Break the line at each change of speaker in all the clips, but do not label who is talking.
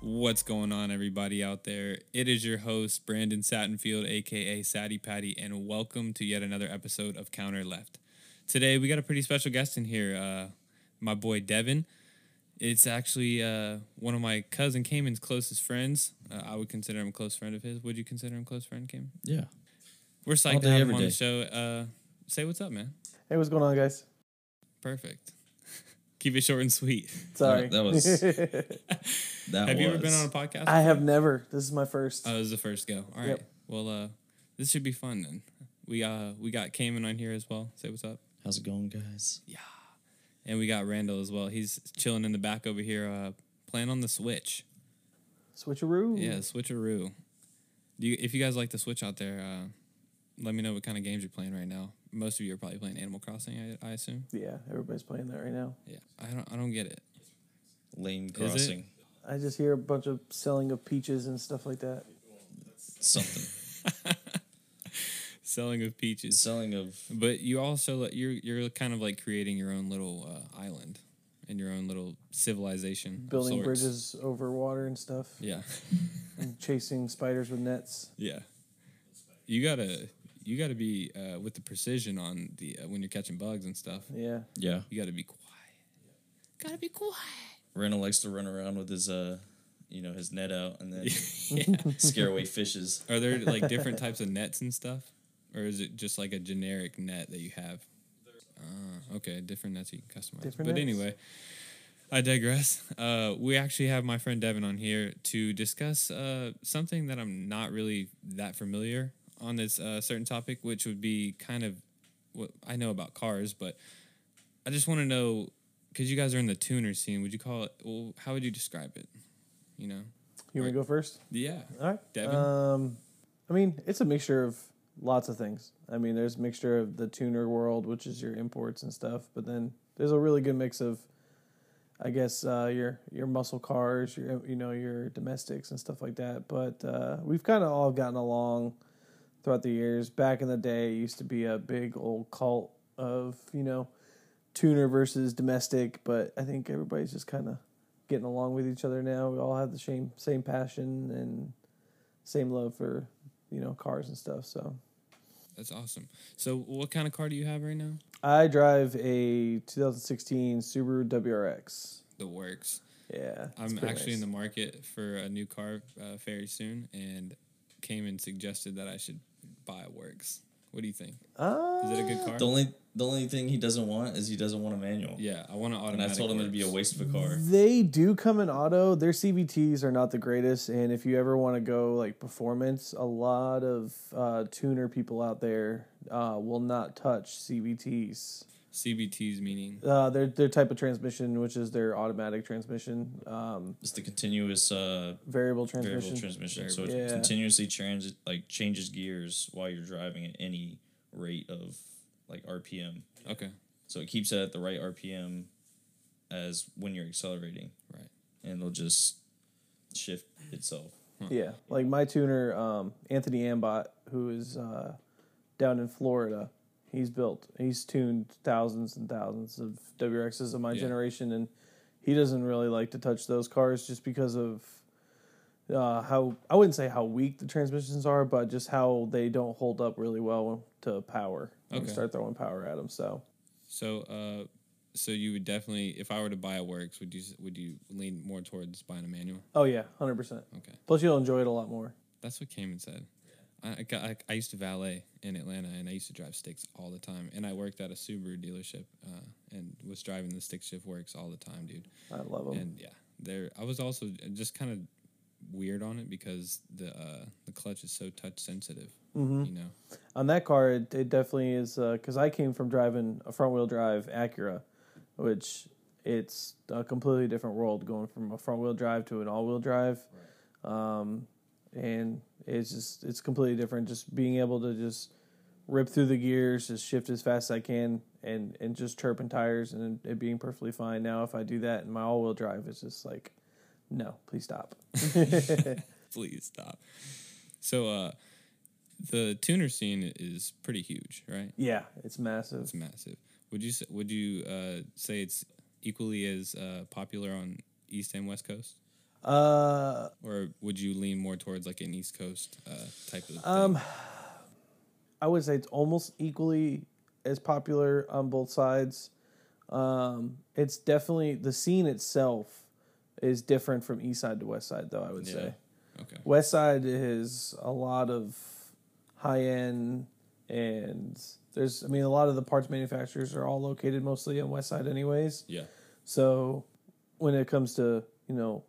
What's going on, everybody out there? It is your host, Brandon Satinfield, aka Satty Patty, and welcome to yet another episode of Counter Left. Today, we got a pretty special guest in here, uh, my boy Devin. It's actually uh, one of my cousin Cayman's closest friends. Uh, I would consider him a close friend of his. Would you consider him a close friend, Cayman?
Yeah.
We're psyched to
day,
have him
every
on the
day.
show. Uh, say what's up, man.
Hey, what's going on, guys?
Perfect. Keep it short and sweet.
Sorry.
that was- That
have you ever
was-
been on a podcast?
I have
before?
never. This is my first.
Oh, it was the first go. All right.
Yep.
Well, uh, this should be fun then. We uh we got Cayman on here as well. Say what's up.
How's it going, guys?
And we got Randall as well. He's chilling in the back over here, uh, playing on the Switch.
Switcheroo.
Yeah, Switcheroo. Do you, if you guys like the Switch out there, uh, let me know what kind of games you're playing right now. Most of you are probably playing Animal Crossing, I, I assume.
Yeah, everybody's playing that right now.
Yeah, I don't I don't get it.
Lane
it?
crossing
I just hear a bunch of selling of peaches and stuff like that.
something.
Selling of peaches,
Selling of
but you also you're you're kind of like creating your own little uh, island and your own little civilization. of
Building
sorts.
bridges over water and stuff.
Yeah.
And chasing spiders with nets.
Yeah, you gotta you gotta be uh, with the precision on the uh, when you're catching bugs and stuff.
Yeah.
yeah.
You gotta be quiet. Gotta be quiet.
Randall likes to run around with his uh, you know, his net out and then
yeah.
scare away fishes.
Are there like different types of nets and stuff, or is it just like a generic net that you have? Uh, okay, different nets you can customize.
Different
but
nets.
anyway, I digress. Uh, we actually have my friend Devin on here to discuss uh, something that I'm not really that familiar on this uh, certain topic, which would be kind of what I know about cars, but I just want to know because you guys are in the tuner scene. Would you call it? Well, how would you describe it? You know?
You want
Right.
to go first?
Yeah.
All right.
Devin?
Um, I mean, it's a mixture of lots of things. I mean, there's a mixture of the tuner world, which is your imports and stuff, but then there's a really good mix of, I guess, uh, your your muscle cars, your you know your domestics and stuff like that. But uh, we've kind of all gotten along throughout the years. Back in the day, it used to be a big old cult of you know tuner versus domestic, but I think everybody's just kind of getting along with each other now. We all have the same same passion and same love for you know cars and stuff. So
That's awesome. So, what kind of car do you have right now?
I drive a 2016 Subaru WRX.
The works.
Yeah, it's
I'm
pretty
actually in
nice.
the market for a new car uh, very soon, and came and suggested that I should buy a works. What do you think?
Ah,
Is it a good car?
The only the only thing he doesn't want is he doesn't want a manual.
yeah, I want an
And I
automatic.
told him it'd be a
Works.
waste of a car.
They do come in auto. Their CVTs are not the greatest, and if you ever want to go like performance, a lot of uh, tuner people out there uh, will not touch CVTs.
CBT's meaning.
Uh, their their type of transmission, which is their automatic transmission, um,
It's the continuous uh
variable
variable
transmission.
transmission. So it
Variable. Yeah.
continuously trans like changes gears while you're driving at any rate of like RPM.
Okay,
So it keeps it at the right RPM as when you're accelerating.
Right.
And it'll just shift itself.
Yeah, like my tuner, um, Anthony Ambot, who is uh, down in Florida, he's built, he's tuned thousands and thousands of WRXs of my
Yeah.
generation, and he doesn't really like to touch those cars just because of uh, how I wouldn't say how weak the transmissions are, but just how they don't hold up really well to power. When
Okay.
you start throwing power at them, so
so uh, so you would definitely, if I were to buy a works, would you s- would you lean more towards buying a manual?
oh yeah, hundred percent.
Okay.
Plus, you'll enjoy it a lot more.
That's what Cayman said. I, I, got- I, I used to valet in Atlanta and I used to drive sticks all the time. And I worked at a Subaru dealership uh, and was driving the stick shift works all the time, dude.
I love them.
And yeah, there I was also just kind of weird on it because the uh, the clutch is so touch sensitive, you know.
on that car, it, it definitely is because I came from driving a front wheel drive Acura, which it's a completely different world going from a front wheel drive to an all wheel drive, um, and it's just it's completely different. Just being able to just rip through the gears, just shift as fast as I can, and and just chirping tires and it being perfectly fine. Now, if I do that in my all wheel drive, it's just like, no, please stop.
Please stop. So uh, the tuner scene is pretty huge, right?
yeah, it's massive.
It's massive. Would you s- would you uh, say it's equally as uh, popular on East and West Coast?
Uh,
or would you lean more towards like an East Coast uh, type of
Um,
thing?
I would say it's almost equally as popular on both sides. Um, it's definitely the scene itself is different from east side to west side, though. I would say
Okay.
west side is a lot of high end, and there's I mean a lot of the parts manufacturers are all located mostly on west side, anyways.
Yeah.
So when it comes to you know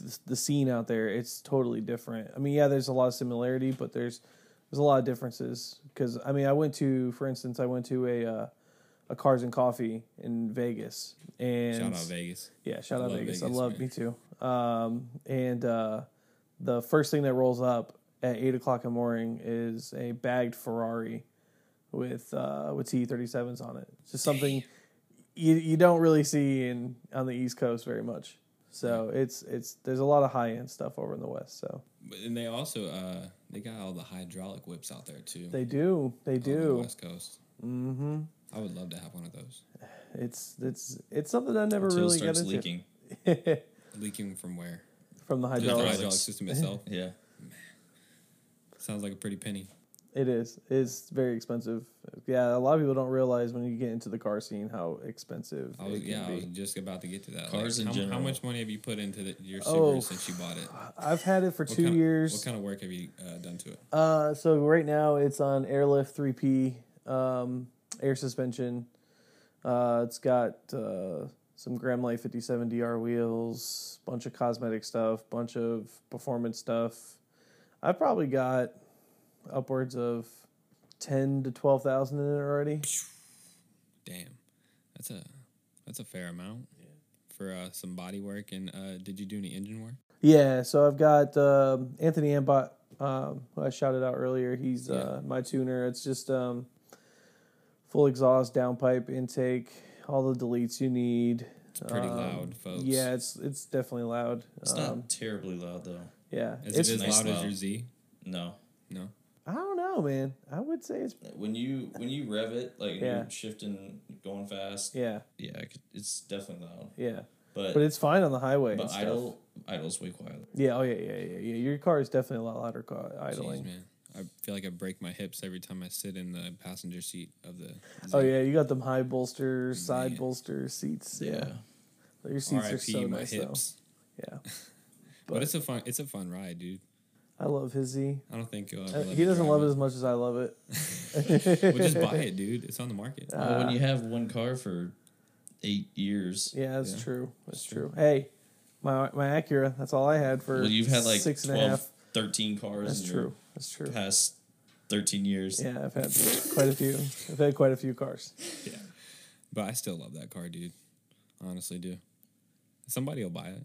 th- the scene out there, it's totally different. I mean, yeah, there's a lot of similarity, but there's there's a lot of differences because I mean, I went to, for instance, I went to a uh, a Cars and Coffee in Vegas, and
Shout out Vegas.
yeah, shout out
love
Vegas. I
Vegas,
love
man.
me too. Um, and uh, the first thing that rolls up at eight o'clock in the morning is a bagged Ferrari with uh, with T thirty sevens on it. It's just something you you don't really see in on the East Coast very much. So it's it's there's a lot of high end stuff over in the West. So
But- And they also uh, they got all the hydraulic whips out there too.
they do they
on the
do.
West Coast.
hmm
I would love to have one of those.
It's it's it's something I never
Until
really
it starts
got into
leaking.
Leaking from where?
from the
Just the
Hydraulics.
hydraulics.
hydraulic system itself.
Yeah.
Sounds like a pretty penny.
It is. It's very expensive. Yeah, a lot of people don't realize when you get into the car scene how expensive
I was
it can
Oh, yeah, I was
be.
just about to get to that.
Cars in
how, How
general.
much money have you put into the, your Subaru
Oh,
since you bought it?
I've had it for
What
two
kind of-
years.
What kind of work have you uh, done to it?
Uh, so right now it's on airlift 3P um, air suspension. Uh, it's got uh, some Gremlite 57 DR wheels, bunch of cosmetic stuff, bunch of performance stuff. I've probably got upwards of ten to twelve thousand in it already.
Damn, that's a that's a fair amount for uh, some body work. And uh, did you do any engine work?
Yeah, so I've got um Anthony Ambot, um, who I shouted out earlier. He's uh, my tuner. It's just um, full exhaust, downpipe, intake, all the deletes you need. It's
pretty loud, folks.
Yeah, it's it's definitely loud.
It's
um,
not terribly loud though.
yeah,
Is
it's.
it as
nice
loud as
loud.
your Z?
No.
No.
I don't know, man. I would say it's
When you when you rev it, like and
Yeah.
you're shifting, going fast. Yeah,
yeah,
I could, it's definitely loud.
yeah,
But
but
but,
it's fine on the highway. and stuff.
idle idle's way quieter.
Yeah. Oh yeah, yeah, yeah, yeah. Your car is definitely a lot louder car, idling.
Jeez, man. I feel like I break my hips every time I sit in the passenger seat of the. Z.
oh yeah, you got them high bolsters, side
Man.
bolster seats. Yeah, your seats are
R.I.P.
so
my
nice
hips.
though. Yeah.
But,
But-
it's a fun it's a fun ride, dude.
I love his Z.
I don't think you'll ever
Uh,
let
he
me
doesn't
drive
love it as much as I love it.
Well, just buy it, dude. It's on the market.
Well, when you have one car for eight years,
Yeah, that's
Yeah.
true. That's true. Hey, my my Acura. That's all I had for.
well, you've had like
six and a
12,
half.
13 cars.
That's
in
true. That's true.
Your past thirteen years.
Yeah, I've had quite a few. I've had quite a few cars.
But I still love that car, dude. Honestly, do. Somebody will buy it.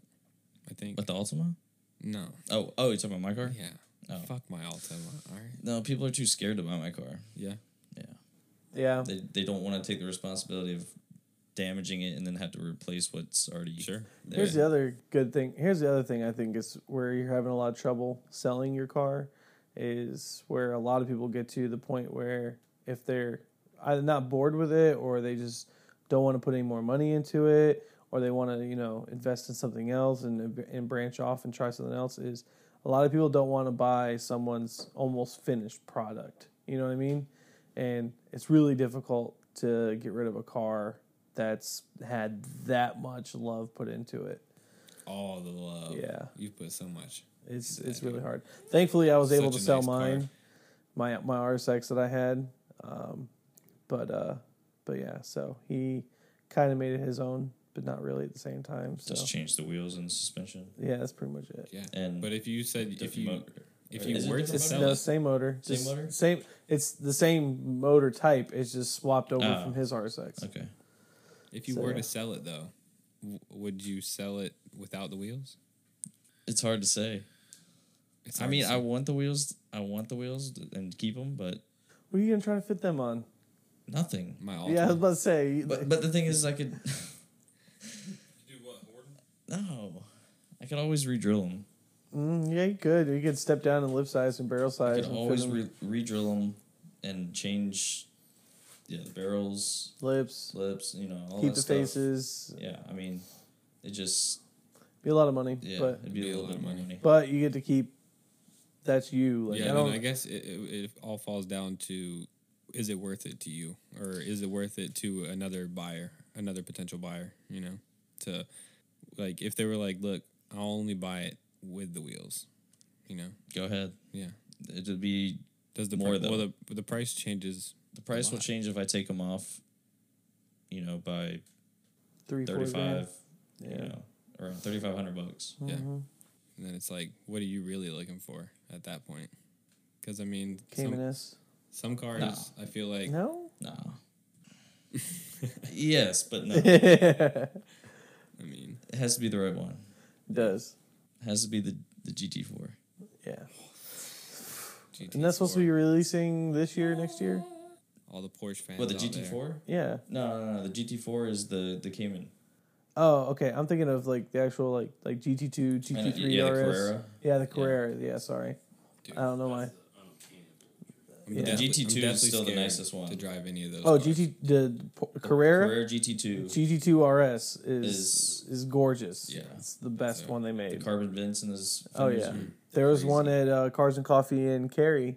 I think.
With the Altima?
No.
Oh, oh, you're talking about my car?
Yeah.
Oh.
Fuck my Altima. All right.
No, people are too scared to buy my car.
Yeah.
Yeah,
Yeah,
they they don't want to take the responsibility of damaging it and then have to replace what's already
Sure.
there.
Here's the other good thing. Here's the other thing I think is where you're having a lot of trouble selling your car is where a lot of people get to the point where if they're either not bored with it or they just don't want to put any more money into it or they want to, you know, invest in something else and and branch off and try something else is a lot of people don't want to buy someone's almost finished product. You know what I mean? And it's really difficult to get rid of a car that's had that much love put into it.
All the love.
Yeah.
You put so much.
It's it's really hard. Thankfully, I was able
Such
to
a
sell
nice car.
mine, my my RSX that I had, um, but uh, but yeah. So he kind of made it his own, but not really at the same time. So
Just change the wheels and suspension.
yeah, that's pretty much it.
Yeah.
And
but if you said
Different
if you
motor.
if
Or
you
is it
were to
different
It's
sell
no
it,
same motor,
Same
just
motor?
same. It's the same motor type. It's just swapped over
Oh.
from his RSX.
Okay.
if you
so,
were
yeah.
to sell it though, w- would you sell it without the wheels?
It's hard to say.
It's
I
hard
mean,
to
I
say.
want the wheels. I want the wheels th- and keep them, but
What are you gonna try to fit them on?
nothing.
my
Yeah, I was
Altima.
about to say.
But but the thing is, I could
Do what, Gordon?
no. I could always re-drill them.
mm, yeah, you could. You could step down in lift size and barrel
I
size.
could
and fit
always
'em
re- re-drill them and change. Yeah, the barrels,
lips.
lips, you know, all
keep
that
the
stuff.
faces.
Yeah, I mean, it just
be a lot of money,
Yeah,
but
it'd be, a little bit more money.
but you get to keep. That's you. Like
yeah,
I
I,
don't.
I guess it, it, it all falls down to is it worth it to you or is it worth it to another buyer, another potential buyer, you know? To like if they were like, look, I'll only buy it with the wheels, you know?
Go ahead.
Yeah.
It'd be
Does the
More
price
though.
well the the price changes
the price will
lot.
change if I take them off. You know, by
three, four
thirty
grand.
five.
Yeah.
You know, around thirty five hundred bucks.
Yeah.
Mhm.
and then it's like, what are you really looking for at that point? Because I mean,
Cayman
some,
S.
some cars I feel like
No.
No. yes, but no. It
it
I mean
has to be the right one.
does.
It has to be the the GT four.
Yeah.
GT4,
And that's supposed to be releasing this year, next year.
all the Porsche fans.
What the
out
GT
there.
four?
Yeah.
No, no, no. The GT four is the the Cayman.
Oh, okay. I'm thinking of like the actual like like GT2,
I know,
GT3
Uh, yeah, the
RS.
Carrera.
Yeah, the Carrera. Yeah, sorry.
Dude.
I don't know why.
I'm
Yeah.
death-
The
I'm
GT2 is
deathly
still the
scared
nicest one.
to drive any of those.
Oh,
cars.
GT the P- Carrera.
Carrera GT two.
GT2 RS is
Is-
is, gorgeous.
Yeah.
it's the best
So,
one they
The
made.
carbon vents and his.
Oh
fenders
yeah,
are- Mm-hmm.
there was
crazy.
one at uh, Cars and Coffee in Cary.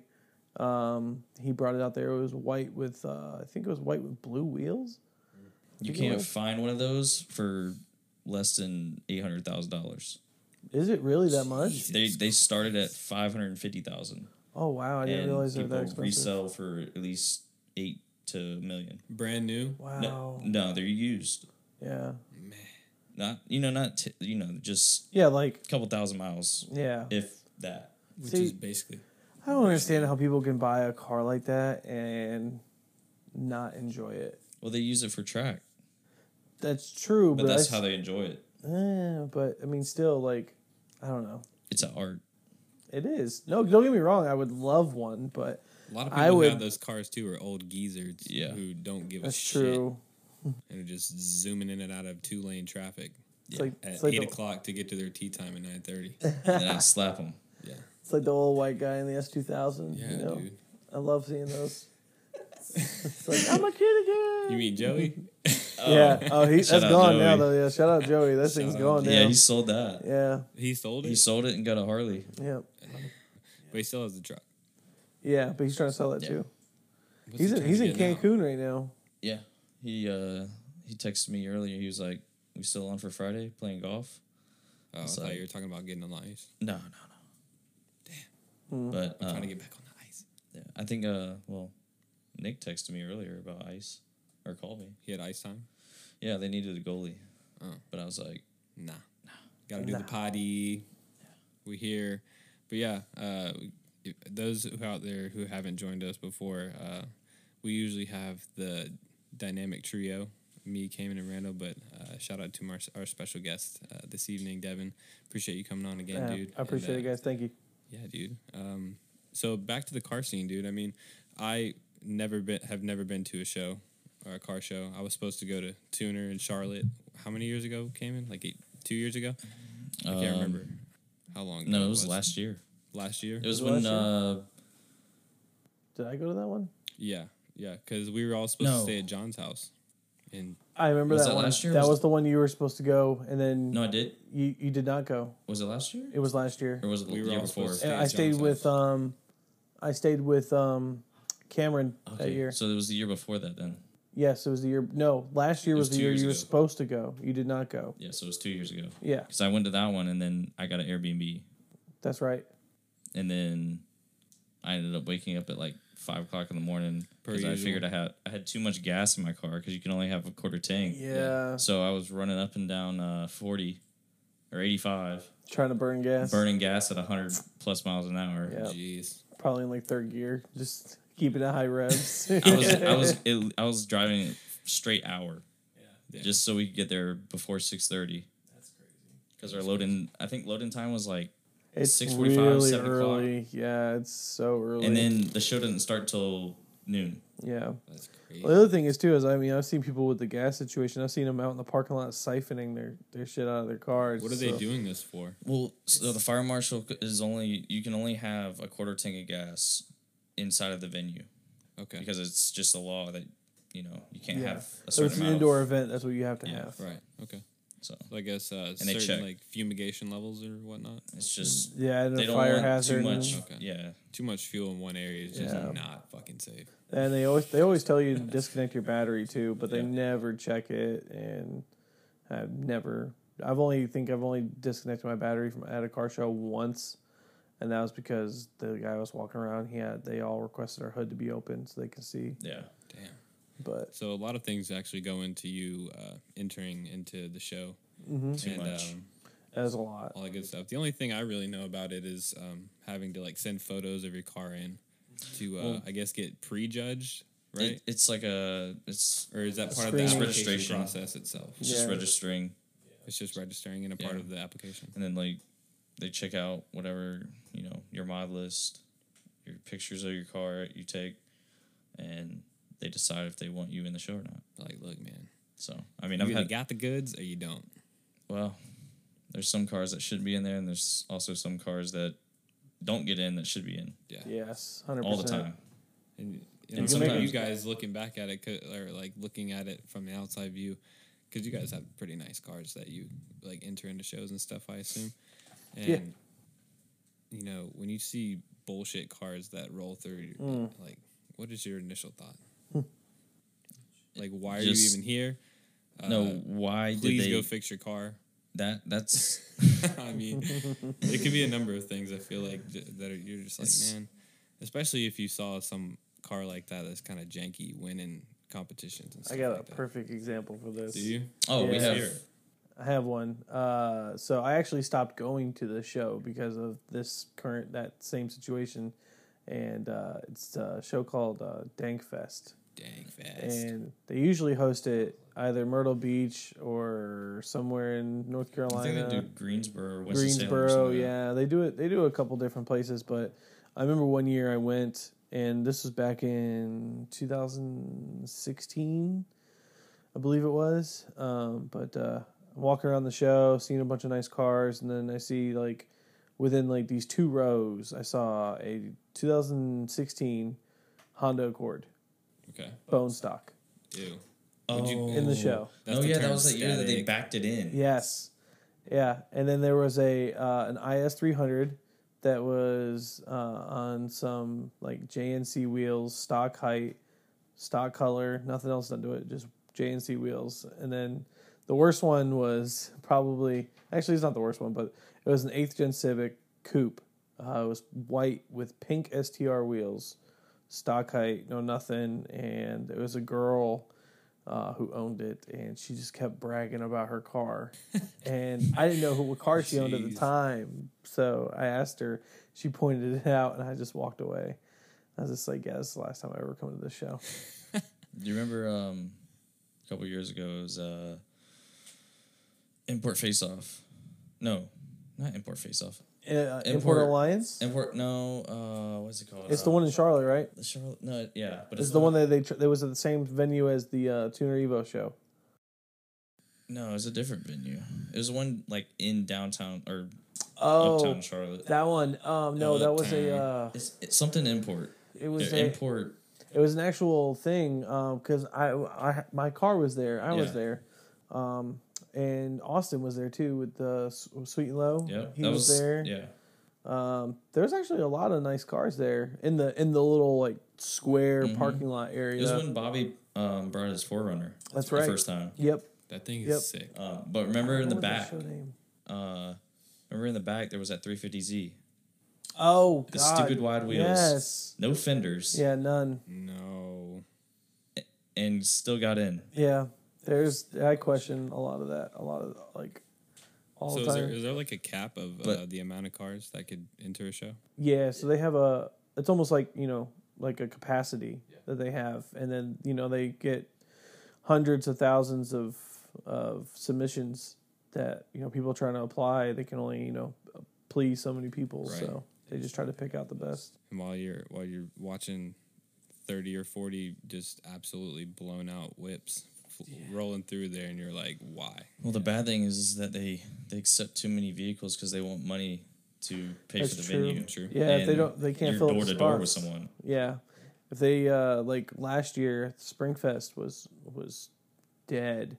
Um, he brought it out there. It was white with uh, I think it was white with blue wheels.
You
Think it
can't
was-
find one of those for less than eight hundred thousand dollars.
Is it really that much?
Jeez.
They they started at five hundred fifty thousand.
Oh wow, I didn't
and
realize they were
people
that expensive.
resell for at least eight to a million.
brand new.
wow.
No, no, they're used.
Yeah.
Man,
Not you know not t- you know just
Yeah, like
a couple thousand miles,
yeah.
if that.
which
See-
is basically
I don't understand how people can buy a car like that and not enjoy it.
Well, they use it for track,
That's true,
but
Oh, but,
that's
I,
how they enjoy it.
they. but I mean, still, like, I don't know.
It's an art.
It is. No, don't get me wrong. I would love one, but
a lot of
I
people who
would-
have those cars too are old geezers
Yeah.
who don't give
that's
a
true.
shit and are just zooming in and out of two lane traffic
It's like
at
it's like,
eight
the,
o'clock to get to their tea time at nine thirty.
and then I slap them.
yeah,
it's like the old white guy in the S two thousand.
yeah,
you know?
dude.
I love seeing those. it's like I'm a kid again.
You mean Joey?
yeah. Oh, he,
Shout
that's
out
gone now
Joey.
though. Yeah. Shout out Joey. That thing's
out
gone now.
Yeah, he sold that.
yeah.
He sold it,
He sold it and got a Harley.
Yeah.
but he still has the truck.
Yeah. But he's trying to sell that
Yeah.
too.
What's
He's
he
in,
trying
he's
to
in
get now?
Cancun right now.
Yeah, he uh he texted me earlier. He was like, "We still on for Friday playing golf?"
Oh, I
It's
thought
like-
you were talking about getting on the ice.
No, no, no. But
I'm
uh,
trying to get back on the ice.
yeah, I think uh well, Nick texted me earlier about ice or called me.
He had ice time.
Yeah, they needed a goalie,
Oh.
but I was like,
Nah. Got to do the
Nah.
potty. We here. But yeah, uh, if- those who out there who haven't joined us before, uh, we usually have the dynamic trio me, Cayman, and Randall. But uh, shout out to our, our special guest uh, this evening, Devin. Appreciate you coming on again,
Yeah,
dude.
I appreciate
And, uh,
it, guys. Thank you.
Yeah, dude. Um, so back to the car scene, dude. I mean, I never been have never been to a show or a car show. I was supposed to go to Tuner in Charlotte. How many years ago came in? Like eight, two years ago. I can't
um,
remember how long. ago
No, it was last year.
last year.
It was
Was it
when
last
uh
Did I go to that one?
yeah, yeah, because we were all supposed to
No.
stay at John's house, and
I remember
Was
that,
that
one.
last year?
That
Was-
was, the one you were supposed to go, and then
no, I did.
you you did not go.
Was it last year
It was last year.
or was it
We
the
were
year
all
before?
supposed to-
And
Stay at
I stayed
John's
with um, I stayed with um, Cameron that
Okay,
year.
So it was the year before that then.
Yes, it was the year. No, last year
It
was,
was
the
two
year
years
you were
ago.
supposed to go. You did not go.
Yeah, so it was two years ago.
Yeah,
Because I went to that one and then I got an Airbnb
that's right.
and then I ended up waking up at like five o'clock in the morning
Per
because I
usual.
figured I had I had too much gas in my car because you can only have a quarter tank.
Yeah.
So I was running up and down uh, forty or eighty five,
trying to burn gas.
burning gas at hundred plus miles an hour.
Yeah.
jeez,
Probably in like third gear, just keeping it high revs.
I was I was it, I was driving a straight hour,
Yeah.
just so we could get there before six thirty. That's crazy. Because our loading, I think loading time was like,
it's
6:45,
really
7 o'clock.
early. Yeah, it's so early.
and then the show doesn't start till noon.
yeah.
that's crazy.
Well, the other thing is too is I mean I've seen people with the gas situation. I've seen them out in the parking lot siphoning their, their shit out of their cars.
what are they
so-
doing this for?
Well, so the fire marshal c- is only you can only have a quarter tank of gas inside of the venue
Okay,
because it's just a law that you know you can't
Yeah.
have a
So
certain
it's an
amount of-
indoor event. That's what you have to
Yeah,
have.
right, okay.
So
I guess uh,
they check.
certain like fumigation levels or whatnot.
it's just
Yeah, and
they
the
don't
Mm, fire
want
hazard.
too much.
and-
Okay.
Yeah,
Too much fuel in one area is just
Yeah.
not fucking safe.
And they always they always tell you to disconnect your battery too, but they
Yeah.
never check it. And I've never, I've only think I've only disconnected my battery from at a car show once, and that was because the guy was walking around. He had they all requested our hood to be open so they can see.
yeah.
Damn.
But
So a lot of things actually go into you uh, entering into the show.
Too
and,
much.
Um,
that was a lot.
all that good stuff. The only thing I really know about it is um, having to like send photos of your car in to, uh,
Well-
I guess, get prejudged, right?
It, it's like a it's
or is that
It's
part of the
screening.
application
Registration.
process itself?
it's just
Yeah.
registering,
It's just registering and a part
Yeah.
of the application.
and then like they check out whatever you know your mod list, your pictures of your car you take, and they decide if they want you in the show or not.
Like, look, man,
So I mean,
you
I've
either
had
got the goods or you don't.
well, there's some cars that should be in there, and there's also some cars that don't get in that should be in
Oh, Yeah.
Yes, hundred
all
percent.
the time.
And, you
And
know,
sometimes-
you guys looking back at it co- or like looking at it from the outside view, because you guys have pretty nice cars that you like enter into shows and stuff. I assume. And,
Yeah.
You know, when you see bullshit cars that roll through, your- like, what is your initial thought? like, why are you
Just-
even here? Uh,
no, why did
Please
they
go fix your car.
that? That's
I mean, it could be a number of things. I feel like j- that are, you're just like,
It's-
man, especially if you saw some car like that that's kind of janky winning competitions and stuff.
I got a
like that.
perfect example for this.
Do you?
oh we
Yeah.
have
Here.
I have one. Uh, so I actually stopped going to the show because of this current that same situation, and uh, it's a show called uh, Dankfest,
Dang fast.
and they usually host it either Myrtle Beach or somewhere in North
I think they do
Carolina,
Greensboro, or West of Salem or
Greensboro.
something.
Yeah, they do it. They do a couple different places, but I remember one year I went, and this was back in 2016. I believe it was. Um, but uh, I'm walking around the show, seeing a bunch of nice cars, and then I see like within like these two rows, I saw a 2016 Honda Accord
Okay.
bone stock
Ew.
Oh,
Would you-
in the show.
That's
oh
the
yeah, that
term,
was that year that they
static.
backed it in.
Yes, yeah, and then there was a uh, an IS 300 that was uh, on some like JNC wheels, stock height, stock color, nothing else done to it, just JNC wheels, and then. The worst one was probably actually it's not the worst one, but it was an eighth gen Civic coupe. Uh, it was white with pink STR wheels, stock height, no nothing, and it was a girl uh, who owned it, and she just kept bragging about her car, and I didn't know who what car she owned at the
Jeez.
time, so I asked her. She pointed it out, and I just walked away. I was just like, "Yeah, this is the last time I ever come to this show."
Do you remember um, a couple years ago it was uh, import face off? No, not import face off.
Uh, Import,
Import-
Alliance.
Import no. Uh, what's it called?
it's the
Uh,
one in Charlotte, right?
The Charlotte. No, yeah, but
It's the one that they tr- that was at the same venue as the uh, Tuner Evo show.
No, it was a different venue. It was the one like in downtown or
Oh,
uptown Charlotte.
that one. Um, no, that was a. Uh,
It's, it's something import.
it was
They're
a,
import.
It was an actual thing because I, I my car was there. I was
Yeah.
there, um, and Austin was there too with the S- Sweet and Low.
Yeah,
he
that
was, there.
Yeah,
Um, there was actually a lot of nice cars there in the in the little like square parking lot
it
area.
was when Bobby um, brought his forerunner.
That's
the
right.
first time.
yep.
That thing is
Yep.
sick.
Uh, but remember in the
What was
back,
that show name?
uh, remember in the back there was that 350Z.
Oh,
The
God.
stupid wide wheels.
Yes.
No fenders.
Yeah, none.
No.
And still got in.
Yeah, there's. I question a lot of that. A lot of like all
So
the
is
time.
there, is there like a cap of uh,
But-
the amount of cars that could enter a show?
yeah, so they have a. It's almost like you know, like a capacity that they have, and then you know they get hundreds of thousands of of submissions that you know people trying to apply. They can only you know please so many people,
Right.
so they just try to pick out the best.
And while you're while you're watching thirty or forty just absolutely blown out whips f- rolling through there, and you're like, why?
Well, the bad thing is, is that they they accept too many vehicles because they want money to pay
That's
for the
true.
venue.
True.
Yeah, if they
And
don't, they can't
you're
fill up
door
the
to door with
spots.
someone.
Yeah, if they uh like last year, Springfest was was dead.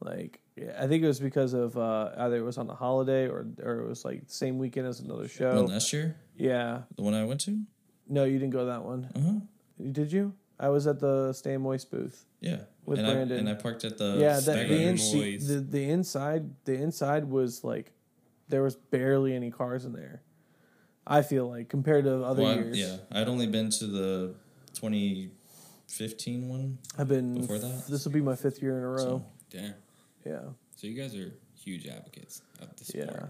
Like yeah, I think it was because of uh, either it was on a holiday or or it was like the same weekend as another show.
One last year,
yeah.
the one I went to.
No, you didn't go to that one.
Uh huh.
Did you? I was at the Stay Moist booth.
Yeah.
With
and I,
Brandon.
and I parked at the
yeah,
Stagger
that,
Stagger
the,
Room.
in-
Moist.
the the inside the inside was like there was barely any cars in there. I feel like compared to other
Well, I-
years.
yeah, I'd only been to the 2015 one.
I've been
Before that?
This will be my fifth year in a row.
So,
Damn.
yeah.
So you guys are huge advocates of the sport.
Yeah.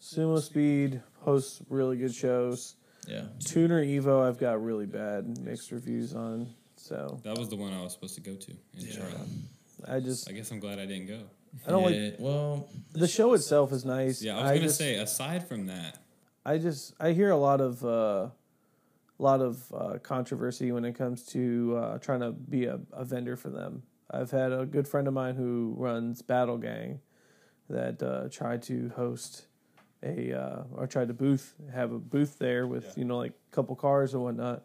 Sumo Speed hosts really good shows.
yeah.
Tuner Evo, I've got really bad mixed reviews on. So
That was the one I was supposed to go to in Charlotte.
I just,
I guess I'm glad I didn't go.
I don't like
Yeah, well,
the show itself is nice.
Yeah, I was gonna
just,
say. Aside from that,
I just, I hear a lot of, uh, lot of uh, controversy when it comes to uh, trying to be a, a vendor for them. I've had a good friend of mine who runs Battle Gang that uh, tried to host a uh, or tried to booth have a booth there with you know like a couple cars and whatnot,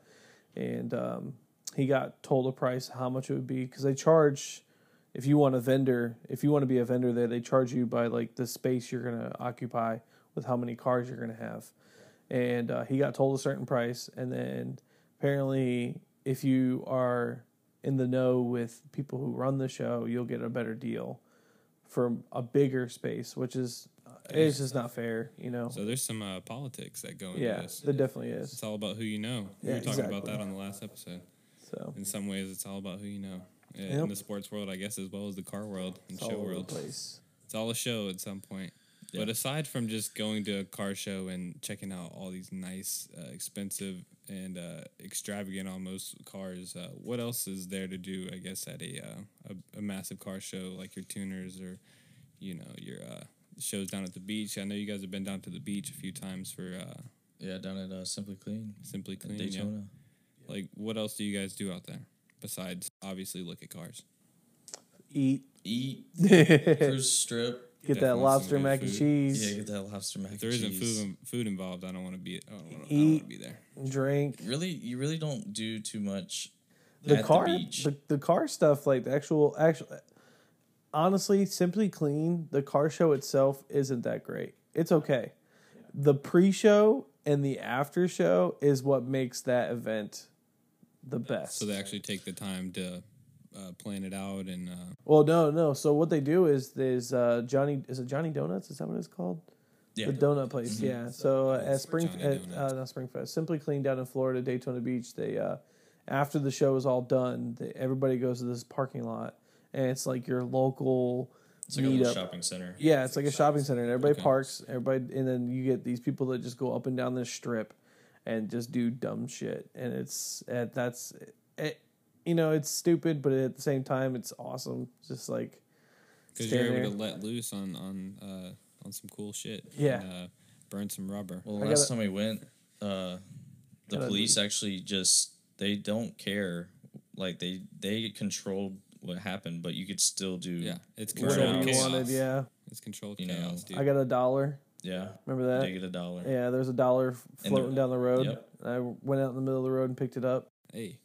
and um, he got told a price how much it would be because they charge if you want a vendor if you want to be a vendor there they charge you by like the space you're gonna occupy with how many cars you're gonna have and uh, he got told a certain price and then apparently if you are in the know with people who run the show you'll get a better deal for a bigger space which is uh, it's just not fair you know
so there's some uh, politics that go into
yeah
this.
there definitely is
It's all about who you know. We
Yeah,
were talking about
exactly.
that on the last episode.
so
In some ways, it's all about who you know. Uh, In
Yep.
the sports world, I guess, as well as the car world and
it's
show
all over the
world.
place
It's all a show at some point. But aside from just going to a car show and checking out all these nice, uh, expensive, and uh, extravagant almost cars, uh, what else is there to do? I guess at a, uh, a a massive car show like your tuners or, you know, your uh, shows down at the beach. I know you guys have been down to the beach a few times for uh,
yeah, down at uh, Simply Clean,
Simply
in
Clean. yeah.
Daytona.
Like, what else do you guys do out there besides obviously look at cars?
eat
Eat,
get
cruise strip.
that
Definitely
lobster
some good
mac and
food.
Yeah,
cheese
get that lobster mac
If there
and
isn't
cheese.
food food involved, I don't want to be. I don't want to
Eat.
be there.
drink
Really, you really don't do too much.
the
at
car
the
the,
beach.
the, car stuff like the actual actual honestly simply clean the car show itself isn't that great it's okay the pre-show and the after show is what makes that event the best
So they actually take the time to uh, plan it out and uh,
well no no so what they do is is uh johnny is it johnny donuts is that what it's called
yeah, Mm-hmm.
the donut place yeah so uh, at spring
Johnny
at,
Donuts.
uh, not springfest simply clean down in florida daytona beach they uh after the show is all done they, everybody goes to this parking lot and it's like your local
it's like a little
meetup.
shopping center.
yeah it's like a shopping center and everybody
Okay.
parks everybody and then you get these people that just go up and down this strip and just do dumb shit and it's and that's it, you know it's stupid but at the same time it's awesome just like
because
Stay
you're able
there.
to let loose on on uh, on some cool shit.
Yeah.
And, uh, burn some rubber.
Well,
I
last
gotta-
time we went, uh, the
Gotta-
police actually just they don't care. Like they they controlled what happened, but you could still do.
yeah, it's
whatever
control
Controlled
you
chaos.
wanted yeah
It's control
You know,
chaos, dude.
i got a dollar
Yeah.
remember that
They get a dollar.
Uh, Yeah, there was a dollar f-
the-
floating down the road.
yep.
And I went out in the middle of the road and picked it up.
hey,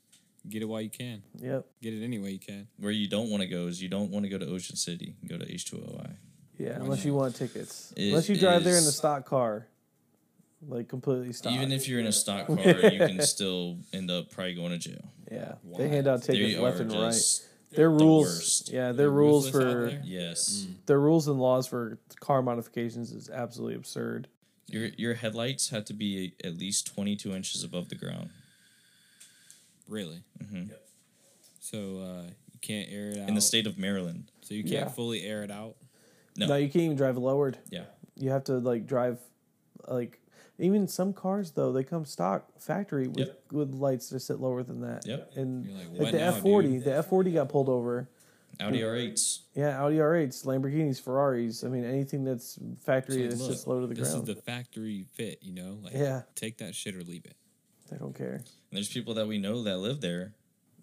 get it while you can.
Yep.
Get it any way you can.
Where you don't want to go is you don't want to go to Ocean City. Go to H2OI.
Yeah,
Why
unless you want tickets.
It
unless you drive there in the
is-
stock car, like completely stock.
Even if you're in a stock car, you can still end up probably going to jail.
yeah,
Why?
they hand out
They
tickets
are
left and right.
just-
Their rules,
worst.
yeah,
They're
their rules
ruthless out
for
there.
Yes.
their rules and laws for car modifications is absolutely absurd.
Your your headlights had to be at least 22 inches above the ground.
Really. So uh, you can't air it out.
Mm-hmm. In the state of Maryland.
so you can't
Yeah.
fully air it out.
No.
No, you can't even drive lowered.
Yeah.
You have to like drive, like even some cars though they come stock factory with
Yep.
with lights that sit lower than that.
Yep.
And
You're like,
like
"What
the
now,
F forty,
dude?"
the F forty got pulled over.
Audi R8s.
Yeah, Audi R8s, Lamborghinis, Ferraris. I mean, anything that's factory
It's
that's
like,
just
look,
low to the
this
ground.
is the factory fit, you know. Like,
Yeah.
Take that shit or leave it.
they don't care.
And there's people that we know that live there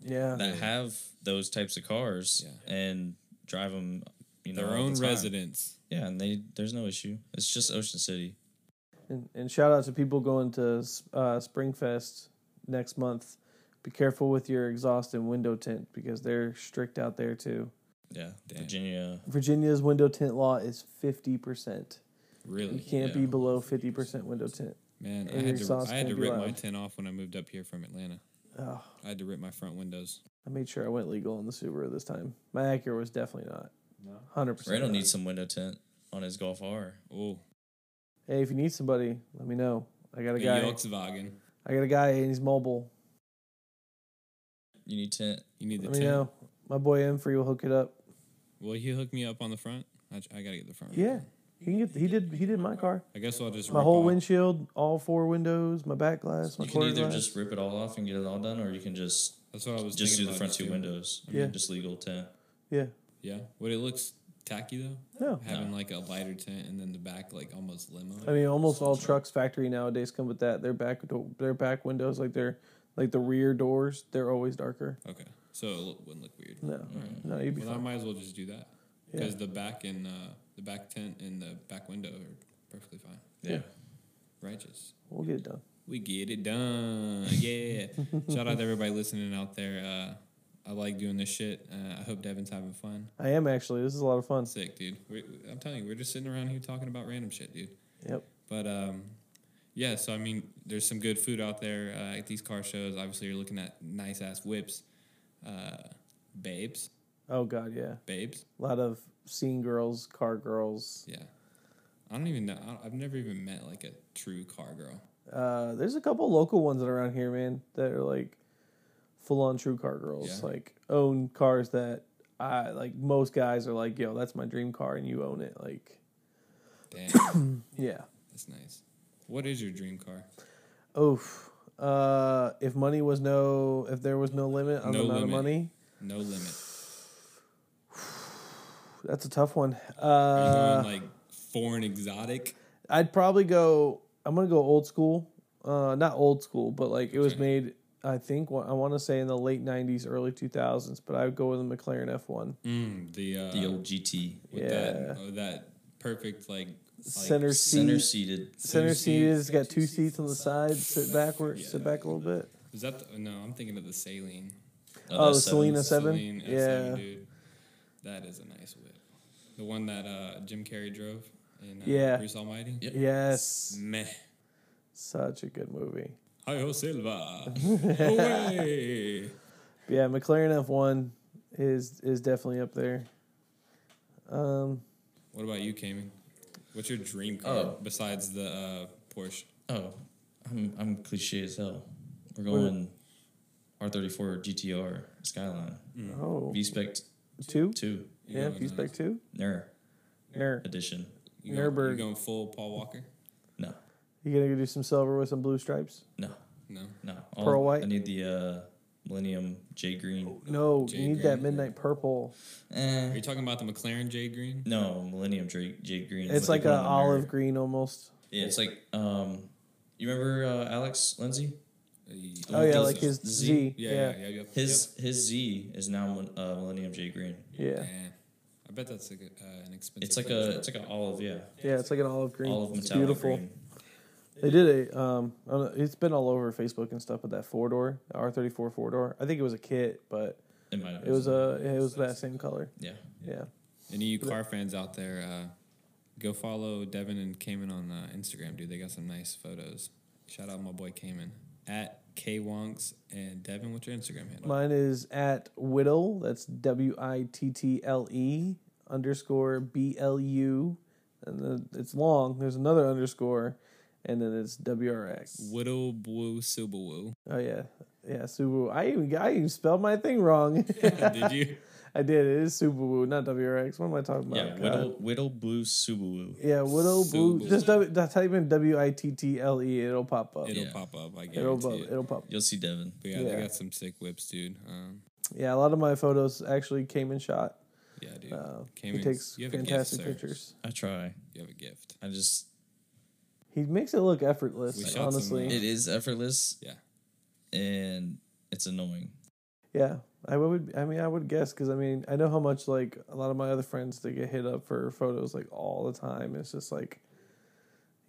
Yeah,
that have those types of cars
Yeah.
and drive them. You know,
Their
all
own
the time.
residents.
Yeah, and they there's no issue. It's just Ocean City.
and, and shout out to people going to uh, Springfest next month. Be careful with your exhaust and window tint because they're strict out there too.
Yeah,
Damn.
Virginia.
Virginia's window tint law is fifty percent. You
Really?
can't be
Yeah.
below fifty percent window tint.
Man, I
And
had
your
to
sauce
I had to
can't be
rip my
loud.
tin off when I moved up here from Atlanta.
Oh,
I had to rip my front windows.
I made sure I went legal on the Subaru this time. My Acura was definitely not.
No.
Hundred percent.
Randall needs some window tint on his Golf R.
Oh,
Hey, if you need somebody, let me know. I got
a
a guy.
Volkswagen.
I got a guy, and he's mobile.
You need tint.
You need the
let me
tin.
know. My boy Enfrey will hook it up.
Will he hook me up on the front? I, j- I gotta get the front.
Yeah, he can get. He did. He did my car.
I guess I'll just
My
rip
whole
off-
windshield, all four windows, my back glass, my
You can
quarter
either
glass.
just rip it all off and get it all done, or you can just
That's what I was
just
thinking
do the
about
front two
too.
windows. I
Yeah.
mean, just legal tint.
yeah.
Yeah. But it looks tacky though.
No.
Having like a lighter tint and then the back like almost limo.
I mean, almost all trucks factory nowadays come with that. Their back, do- their back windows, like their, like the rear doors, they're always darker.
Okay, so it lo- wouldn't look weird.
No,
Mm.
no, you'd be
Well, I
fine.
might as well just do that
Yeah.
because the back and uh, the back tent and the back window are perfectly fine.
Yeah.
Righteous.
We'll get it done.
We get it done. Yeah. Shout out to everybody listening out there. Uh, I like doing this shit. Uh, I hope Devin's having fun.
I am actually. This is a lot of fun.
Sick, dude. We, we- I'm telling you, we're just sitting around here talking about random shit, dude.
Yep.
But um, yeah, so I mean, there's some good food out there uh, at these car shows. Obviously, you're looking at nice ass whips, uh, babes,
Oh God, yeah.
babes.
A lot of scene girls, car girls.
Yeah. I don't even know. I don't- I've never even met like a true car girl.
Uh, there's a couple local ones that are around here, man, that are like full on true car girls.
Yeah.
Like own cars that I like. Most guys are like, yo, that's my dream car, and you own it. Like,
Damn,
yeah.
that's nice. What is your dream car?
Oof. Uh, if money was no, if there was no limit on
No
the amount of
limit.
money,
No limit.
that's a tough one.
Are you
Uh,
going like foreign exotic?
I'd probably go. I'm gonna go old school. Uh, not old school, but like it was
Okay.
made. I think what I want to say in the late '90s, early 2000s. But I would go with a McLaren F1
Mm, the uh,
The old GT
with
yeah.
that oh, that perfect like, like
center seat.
center
Center,
seated.
center
seat
seat.
has got two seats on the side. Sit backward. Sit back a little bit.
Is that the, no? I'm thinking of the Saline.
uh,
Oh, Selena seven.
Saline
yeah,
dude. That is a nice whip. The one that uh, Jim Carrey drove in uh,
Yeah.
Bruce Almighty.
Yep.
yes,
Meh.
such a good movie.
Hi ho Silva. Away.
But yeah, McLaren F1 is is definitely up there. Um,
What about you, Cayman? What's your dream car
Oh.
besides the uh, Porsche?
Oh, I'm I'm cliche as hell. We're going R34 GTR Skyline
oh,
V Spec
two,
two
You
yeah,
going,
V Spec two.
Ner
There.
edition.
You going, you
Nürburgring.
going full Paul Walker?
No,
You gonna go do some silver with some blue stripes?
no,
No.
no.
Pearl white?
I need the uh, Millennium J Green.
No,
Jade
you need that
green.
midnight purple.
Are
Eh,
you talking about the McLaren Jade Green?
no, Millennium Jade, Jade Green.
It's
what
like
they
an
put on the
olive
mirror.
green almost.
Yeah, it's like um, you remember uh, Alex Lindsay?
Oh yeah,
does
like his
the
Z.
Z?
Yeah,
Yeah,
yeah, yeah. yep,
His his Z is now Mil- uh, Millennium J Green.
yeah,
yep.
yeah.
Damn. I bet that's like a, uh, an expensive.
It's like
car.
a it's like an olive, yeah,
It's like an olive green.
olive
it's
metallic
beautiful.
green.
They did a. Um, I don't know, it's been all over Facebook and stuff with that four door R thirty four four door. I think it was a kit, but
It might have.
it was a. It was that same color.
yeah.
Yeah.
Any of you car fans out there, uh, go follow Devin and Cayman on uh, Instagram, dude. They got some nice photos. Shout out my boy Cayman at K Wonks and Devin. What's your Instagram handle?
Mine is at Whittle. That's W I T T L E underscore B L U, and then it's long. There's another underscore, and then it's W R X.
Whittle Blue Subaru.
Oh yeah, yeah. Subaru. I even I even spelled my thing wrong.
Did you?
I did. It is Subaru, not W R X. What am I talking about?
Yeah, Whittle, Whittle Blue Subaru.
Yeah, Whittle Blue.
Subaru.
Just w, type in W I T T L E. It'll pop up.
It'll
Yeah.
pop up. I guarantee
It'll pop.
it.
It'll pop.
You'll see Devin.
But yeah, they
Yeah.
got some sick whips, dude. Um,
Yeah, a lot of my photos actually came in shot.
yeah, dude.
Uh, he
Cayman's-
takes
you have a gift,
fantastic
sir.
pictures.
I try.
You have a gift.
I just
He makes it look effortless,
We shot some,
honestly.
uh,
it is effortless
Yeah.
and it's annoying.
yeah, I would. I mean, I would guess because I mean, I know how much like a lot of my other friends they get hit up for photos like all the time. It's just like,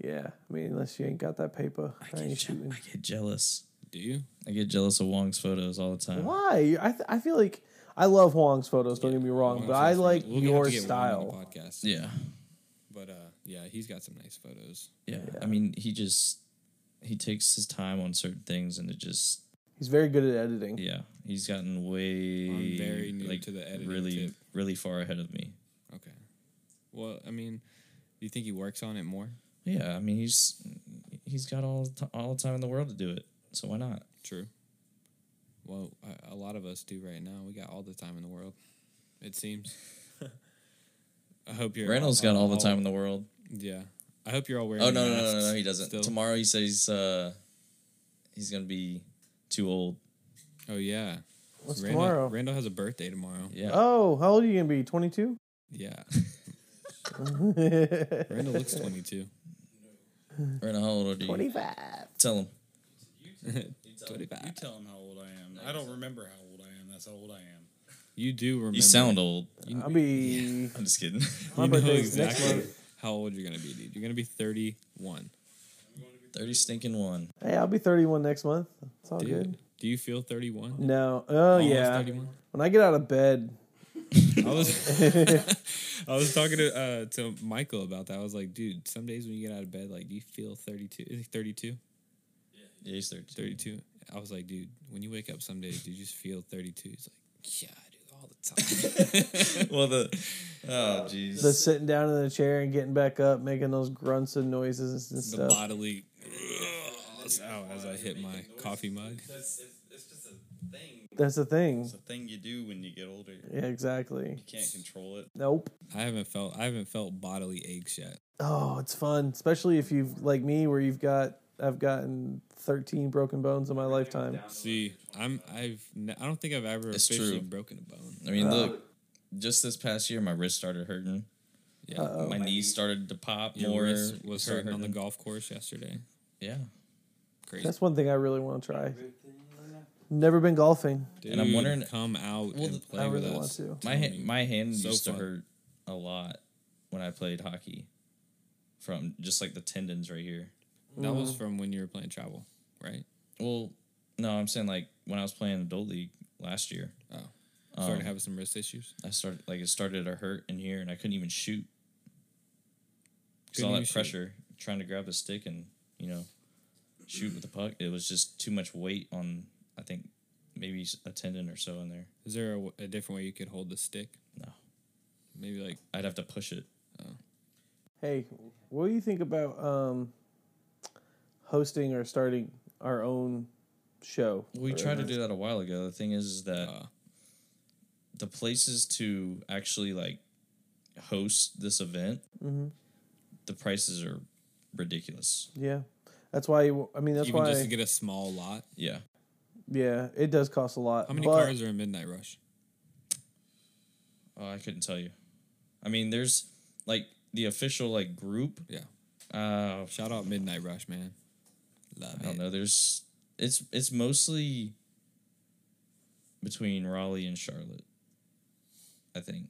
yeah. I mean, unless you ain't got that paper,
I
I
get,
ain't
je-
shooting.
I get jealous.
Do you?
I get jealous of Wong's photos all the time.
Why? I th- I feel like I love Huang's photos. Don't
Yeah,
get me wrong,
Juan
but
Soto
I
is-
like
we'll have to get
your
Juan on the
style.
podcast.
Yeah.
But uh, yeah, he's got some nice photos.
yeah,
Yeah.
I mean, he just he takes his time on certain things, and it just
He's very good at editing.
yeah, he's gotten way
I'm very new
like
to the editing
really
tip.
really far ahead of me.
Okay. Well, I mean, do you think he works on it more?
Yeah, I mean, he's he's got all the ti- all the time in the world to do it, so why not?
True. Well, a, a lot of us do right now. We got all the time in the world. It seems. I hope you're.
Reynolds got all the time in the world.
Yeah. I hope you're all wearing.
Oh no, no, no,
masks
no, no, he doesn't.
still.
Tomorrow he says uh, he's gonna be too old.
Oh yeah.
What's
Randall,
tomorrow?
Randall has a birthday tomorrow.
Yeah,
Oh, how old are you gonna be? Twenty two.
Yeah. Randall
Randall
looks 22.
Reynolds, how old are you?
twenty five.
Tell him.
You
25.
tell him how old I am. I don't remember how old I am. That's how old I am.
You do remember.
You sound old.
You,
I'll be.
I'm just kidding.
My
you know
birthday's next
exactly
month.
how old you're gonna be, dude. You're gonna be 31.
Thirty stinking one.
Hey, I'll be thirty one next month. It's all
Dude,
Oh, good.
do you feel 31?
No. Oh
Almost
yeah.
31?
When I get out of bed,
I was I was talking to uh, to Michael about that. I was like, dude, some days when you get out of bed, like, do you feel 32? Is it 32?
Yeah, he's thirty.
32? I was like, dude, when you wake up some days, do you just feel 32? He's like, yeah, I do all the time.
well, the oh
Uh,
jeez.
the sitting down in the chair and getting back up, making those grunts and noises and
the
stuff.
bodily. Ow, as I hit my coffee mug.
That's it's just a thing.
That's the thing.
It's a thing you do when you get older. You
Yeah, exactly.
can't control it.
Nope.
I haven't felt I haven't felt bodily aches yet.
Oh, it's fun, especially if you've like me, where you've got I've gotten thirteen broken bones in my lifetime.
See, I'm I've ne- I don't think I've ever
It's
officially
true.
broken a bone.
I mean, look, just this past year, my wrist started hurting.
Yeah,
Uh, Uh-oh.
my knee started to pop
your
more.
wrist was
started
hurting, on the golf course yesterday.
Yeah,
Crazy.
That's one thing I really want to try. Never been golfing.
Dude,
and I'm wondering-
come out
Well,
and
th-
play
I
with
really want
us.
to.
Tell
my ha-
me.
my hand
So
used
fun.
to hurt a lot when I played hockey, from just like the tendons right here.
That was
Mm-hmm.
from when you were playing travel, right?
Well, no, I'm saying like when I was playing adult league last year,
Oh, started
um,
having some wrist issues.
I started like it started to hurt in here, and I couldn't even shoot. 'Cause
Couldn't
all
even
that
shoot.
pressure, trying to grab a stick and you know shoot with the puck, it was just too much weight on. I think maybe s- a tendon or so in there.
Is there a, w- a different way you could hold the stick?
No.
Maybe like
I'd have to push it.
Hey, what do you think about um, hosting or starting our own show?
We
Or-
tried to do that a while ago. The thing is, is that
uh,
the places to actually like host this event,
Mhm.
the prices are ridiculous.
Yeah, that's why. You, I mean, that's
even
why.
just to get a small lot.
Yeah,
yeah, it does cost a lot.
How many
but-
cars are in Midnight Rush?
oh, I couldn't tell you. I mean, there's like the official like group.
Yeah.
Uh,
Shout out Midnight Rush, man. Love
I
it.
don't know. There's it's it's mostly between Raleigh and Charlotte. I think.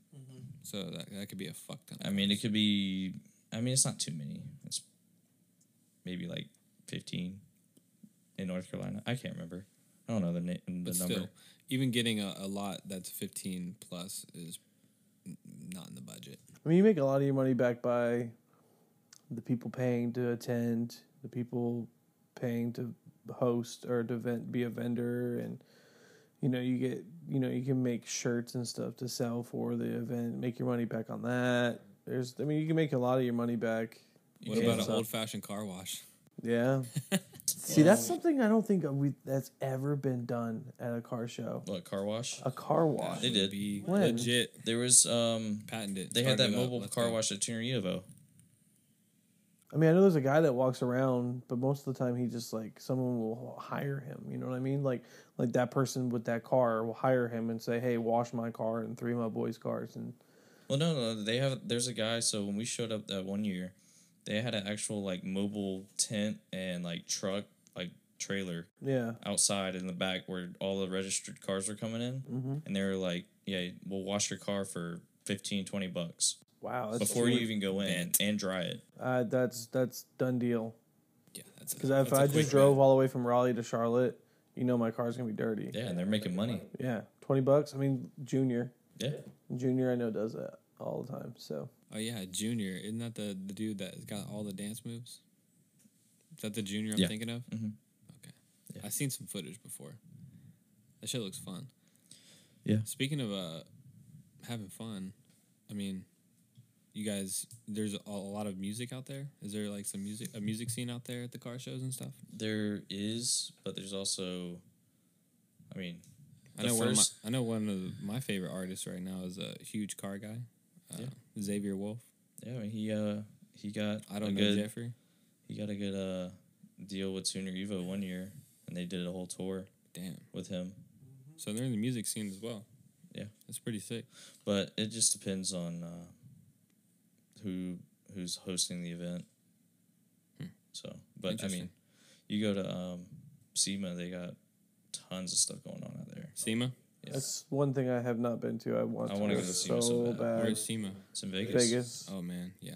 So that, that could be a fuck ton. of
I mean, it
cars.
could be. I mean, it's not too many. It's maybe like fifteen in North Carolina. I can't remember. I don't know the na- the
but
number.
still, even getting a, a lot that's fifteen plus is n- not in the budget.
I mean, you make a lot of your money back by the people paying to attend, the people paying to host or to vent, be a vendor, and you know you get you know you can make shirts and stuff to sell for the event, make your money back on that. There's, I mean, you can make a lot of your money back.
You
what
can't
about an
stop.
old fashioned car wash?
Yeah. See, that's something I don't think we that's ever been done at a car show,
What car wash?
a car
That
wash.
They
Uh, would
did.
be
When?
legit
There was um.
patented.
They had
Start
that
it up.
mobile
Let's
car
go.
wash at Tunayevo.
I mean, I know there's a guy that walks around, but most of the time he just like someone will hire him. You know what I mean? Like like that person with that car will hire him and say, "Hey, wash my car and three of my boys' cars." And
Well, no, no, they have. There's a guy. So when we showed up that one year, they had an actual like mobile tent and like truck, like trailer
yeah,
outside in the back where all the registered cars were coming in
Mm-hmm.
and they were like yeah we'll wash your car for 15 20 bucks
wow, that's
before you even go in and dry it
uh, that's that's done deal.
Yeah, that's
Because if I just drove all the way from Raleigh to Charlotte, you know my car's gonna be dirty.
yeah and they're making money
Yeah, Twenty bucks. I mean, Junior,
Yeah.
Junior, I know does that all the time. So
Oh yeah, Junior. Isn't that the, the dude that's got all the dance moves? Is that the Junior I'm
Yeah.
thinking of?
Mhm.
Okay.
Yeah.
I've seen some footage before. That shit looks fun.
Yeah.
Speaking of uh having fun, I mean, you guys there's a, a lot of music out there. Is there like some music a music scene out there at the car shows and stuff?
There is, but there's also, I mean,
I
The
know one of my,
first-
I know one of my favorite artists right now is a huge car guy. Uh,
Yeah.
Xavier Wolf.
yeah, I mean, he uh he got
I don't
a
know
good,
Jeffrey.
he got a good uh deal with Sooner Evo one year, and they did a whole tour
Damn.
with him.
So they're in the music scene as well.
Yeah.
That's pretty sick.
But it just depends on uh, who who's hosting the event. So, but I mean,
Hmm. Interesting.
you go to um, SEMA, they got tons of stuff going on out there.
SEMA?
Yeah.
that's one thing I have not been to. I want.
I
to
wanna
go
go to
so,
SEMA so bad.
bad.
Where's SEMA?
It's in Vegas.
Vegas.
Oh man, yeah.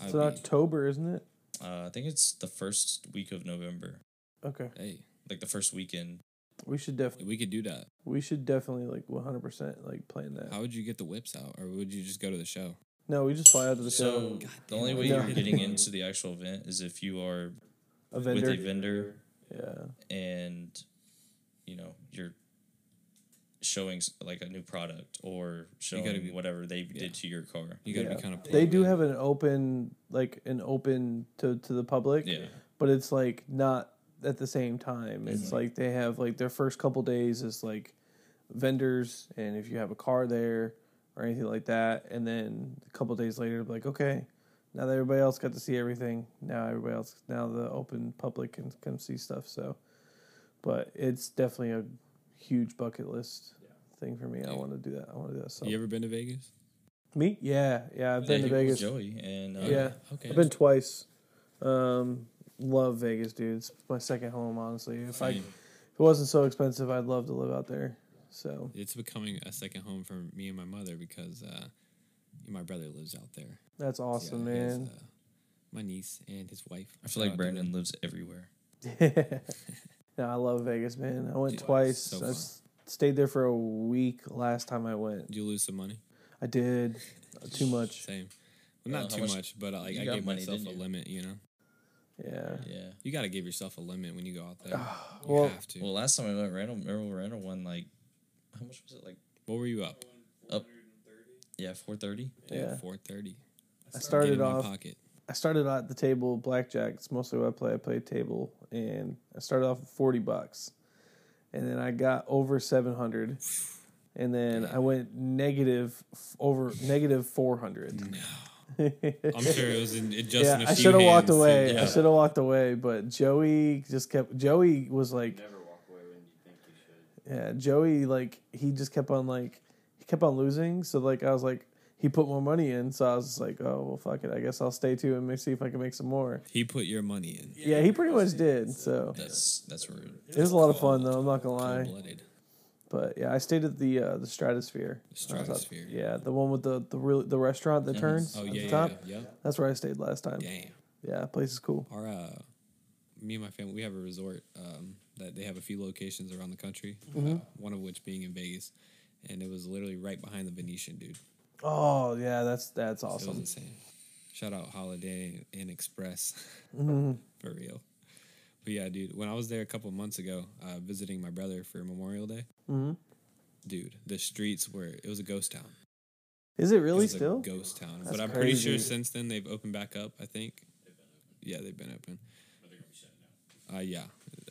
I
It's in
would be-
October, isn't it?
Uh, I think it's the first week of November,
Okay,
hey,
like the first weekend.
we should definitely
we could do that.
we should definitely like one hundred percent like plan that.
How would you get the whips out, or would you just go to the show?
No, we just fly out to the
So
show.
the only way
No.
you're getting into the actual event is if you are
A
with
vendor.
a vendor
yeah.
and you know you're showing s- like a new product or showing
gotta be-
whatever they
yeah.
did to your car.
You got to
Yeah.
be kind of.
They do have an open like an open to to the public.
Yeah.
but it's like not at the same time. It's like they have like their first couple days is like vendors, and if you have a car there or anything like that, and then a couple days later, like okay, now that everybody else got to see everything, now everybody else, now the open public can come see stuff. So, but it's definitely a huge bucket list thing for me. I
Yeah.
want to do that. I want to do that. So
You ever been to Vegas?
me, yeah, yeah, I've
Yeah,
been
he
to
was
Vegas.
Joey, and uh,
Yeah.
Okay.
I've been twice. Um, love Vegas, dude. It's my second home, honestly. If I if
Same.
it wasn't so expensive, I'd love to live out there. So
It's becoming a second home for me and my mother because uh, my brother lives out there.
that's awesome,
Yeah, he has,
man.
uh, my niece and his wife.
I feel
Shout out
like
to
Brandon
them.
lives everywhere.
no, I love Vegas, man. I went
Dude,
twice.
so
I
fun.
s- stayed there for a week last time I went.
Did you lose some money?
I did uh, too much.
Same. Well,
Uh,
not
how
too
much-
much, but uh, like
you
I
got
gave
money,
myself a
didn't you?
limit. You know,
Yeah.
Yeah.
you got to give yourself a limit when you go out there. you
well-
have to.
Well, last time I went, Randall, remember Randall won like how much was it? Like
what were you up?
yeah, four thirty.
Yeah.
Four thirty.
I
Get
started
in
off
my pocket.
I started out at the table blackjack. It's mostly what I play. I play table, and I started off with forty bucks, and then I got over seven hundred, and then I went negative f- over negative four hundred.
I'm sure it was in, it just in
Yeah,
a
I
few
should have walked
hands.
away. I
yeah.
should have walked away, but Joey just kept. Joey was like,
Never walk away when you think you should.
yeah, Joey like he just kept on like he kept on losing. So like I was like. He put more money in, so I was just like, "Oh well, fuck it. I guess I'll stay too and ma- see if I can make some more."
He put your money in.
Yeah, he pretty much did. So
That's that's rude.
It was a lot of fun though. I'm not gonna lie,
Cold-blooded.
but yeah, I stayed at the uh, the Stratosphere. I was up-
Stratosphere.
yeah, the one with the the real the restaurant that turns
Oh
at
yeah,
the
yeah,
top.
yeah.
That's where I stayed last time.
Yep. Damn.
Yeah, that place is cool.
Our uh, me and my family, we have a resort um, that they have a few locations around the country. Uh,
Mm-hmm.
one of which being in Vegas, and it was literally right behind the Venetian, dude.
Oh yeah, that's that's
It was
awesome.
insane. Shout out Holiday Inn Express.
Mm-hmm.
For real. But yeah, dude, when I was there a couple months ago, uh, visiting my brother for Memorial Day,
hmm
dude, the streets were, it was a ghost town.
Is it really
It's a
still?
ghost town.
That's
but I'm pretty sure
crazy.
since then they've opened back up. I think. Yeah, they've been open. Uh, yeah,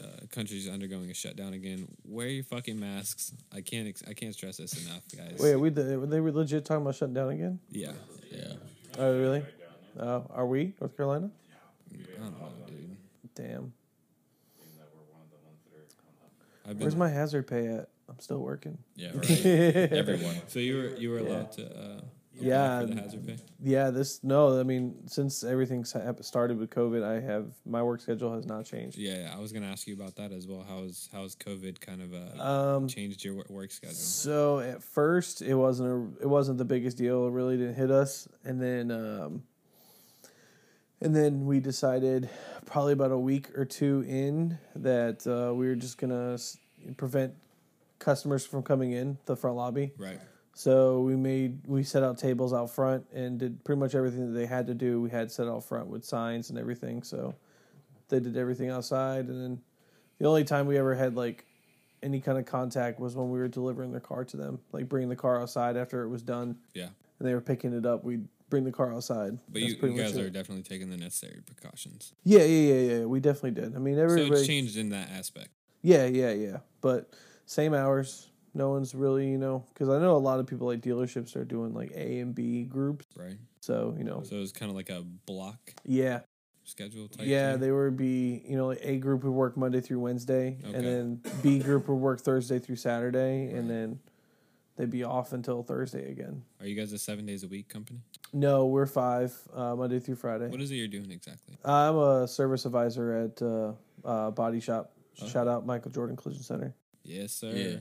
uh, country's undergoing a shutdown again. Wear your fucking masks. I can't. Ex- I can't stress this enough, guys.
Wait, are we the, were they were legit talking about shutting down again?
yeah,
Yeah.
Oh really? Uh, are we North Carolina?
I don't know, dude.
Damn.
I've been.
Where's my hazard pay at? I'm still working.
Yeah. Right. Everyone.
so you were you were allowed to. Uh, apply
Yeah,
For the hazard pay.
Yeah, this no. I mean, since everything's hap- started with COVID, I have my work schedule has not changed.
Yeah, yeah, I was gonna ask you about that as well. How's how's COVID kind of uh,
Um,
changed your wor- work schedule?
So at first it wasn't a, it wasn't the biggest deal. It really didn't hit us, and then um, and then we decided probably about a week or two in that uh, we were just gonna s- prevent customers from coming in the front lobby.
Right.
So we made we set out tables out front and did pretty much everything that they had to do. We had set out front with signs and everything. So they did everything outside, and then the only time we ever had like any kind of contact was when we were delivering their car to them, like bringing the car outside after it was done
Yeah.
and they were picking it up. We'd bring the car outside.
But
That's
you,
pretty
you guys
much it.
are definitely taking the necessary precautions.
yeah, yeah, yeah, yeah. We definitely did. I mean,
So
everybody.
it's changed in that aspect.
Yeah, yeah, yeah. But same hours. No one's really, you know, because I know a lot of people like dealerships are doing like A and B groups.
Right.
So you know,
So it's kind of like a block
yeah,
schedule type.
yeah.
thing?
They would be, you know, like A group would work Monday through Wednesday,
Okay.
and then B group would work Thursday through Saturday, and then they'd be off until Thursday again.
Are you guys a seven days a week company?
No, we're five uh, Monday through Friday.
What is it you're doing exactly?
I'm a service advisor at uh, uh, Body Shop. Shout out Michael Jordan Collision Center.
Yes, sir.
Yeah.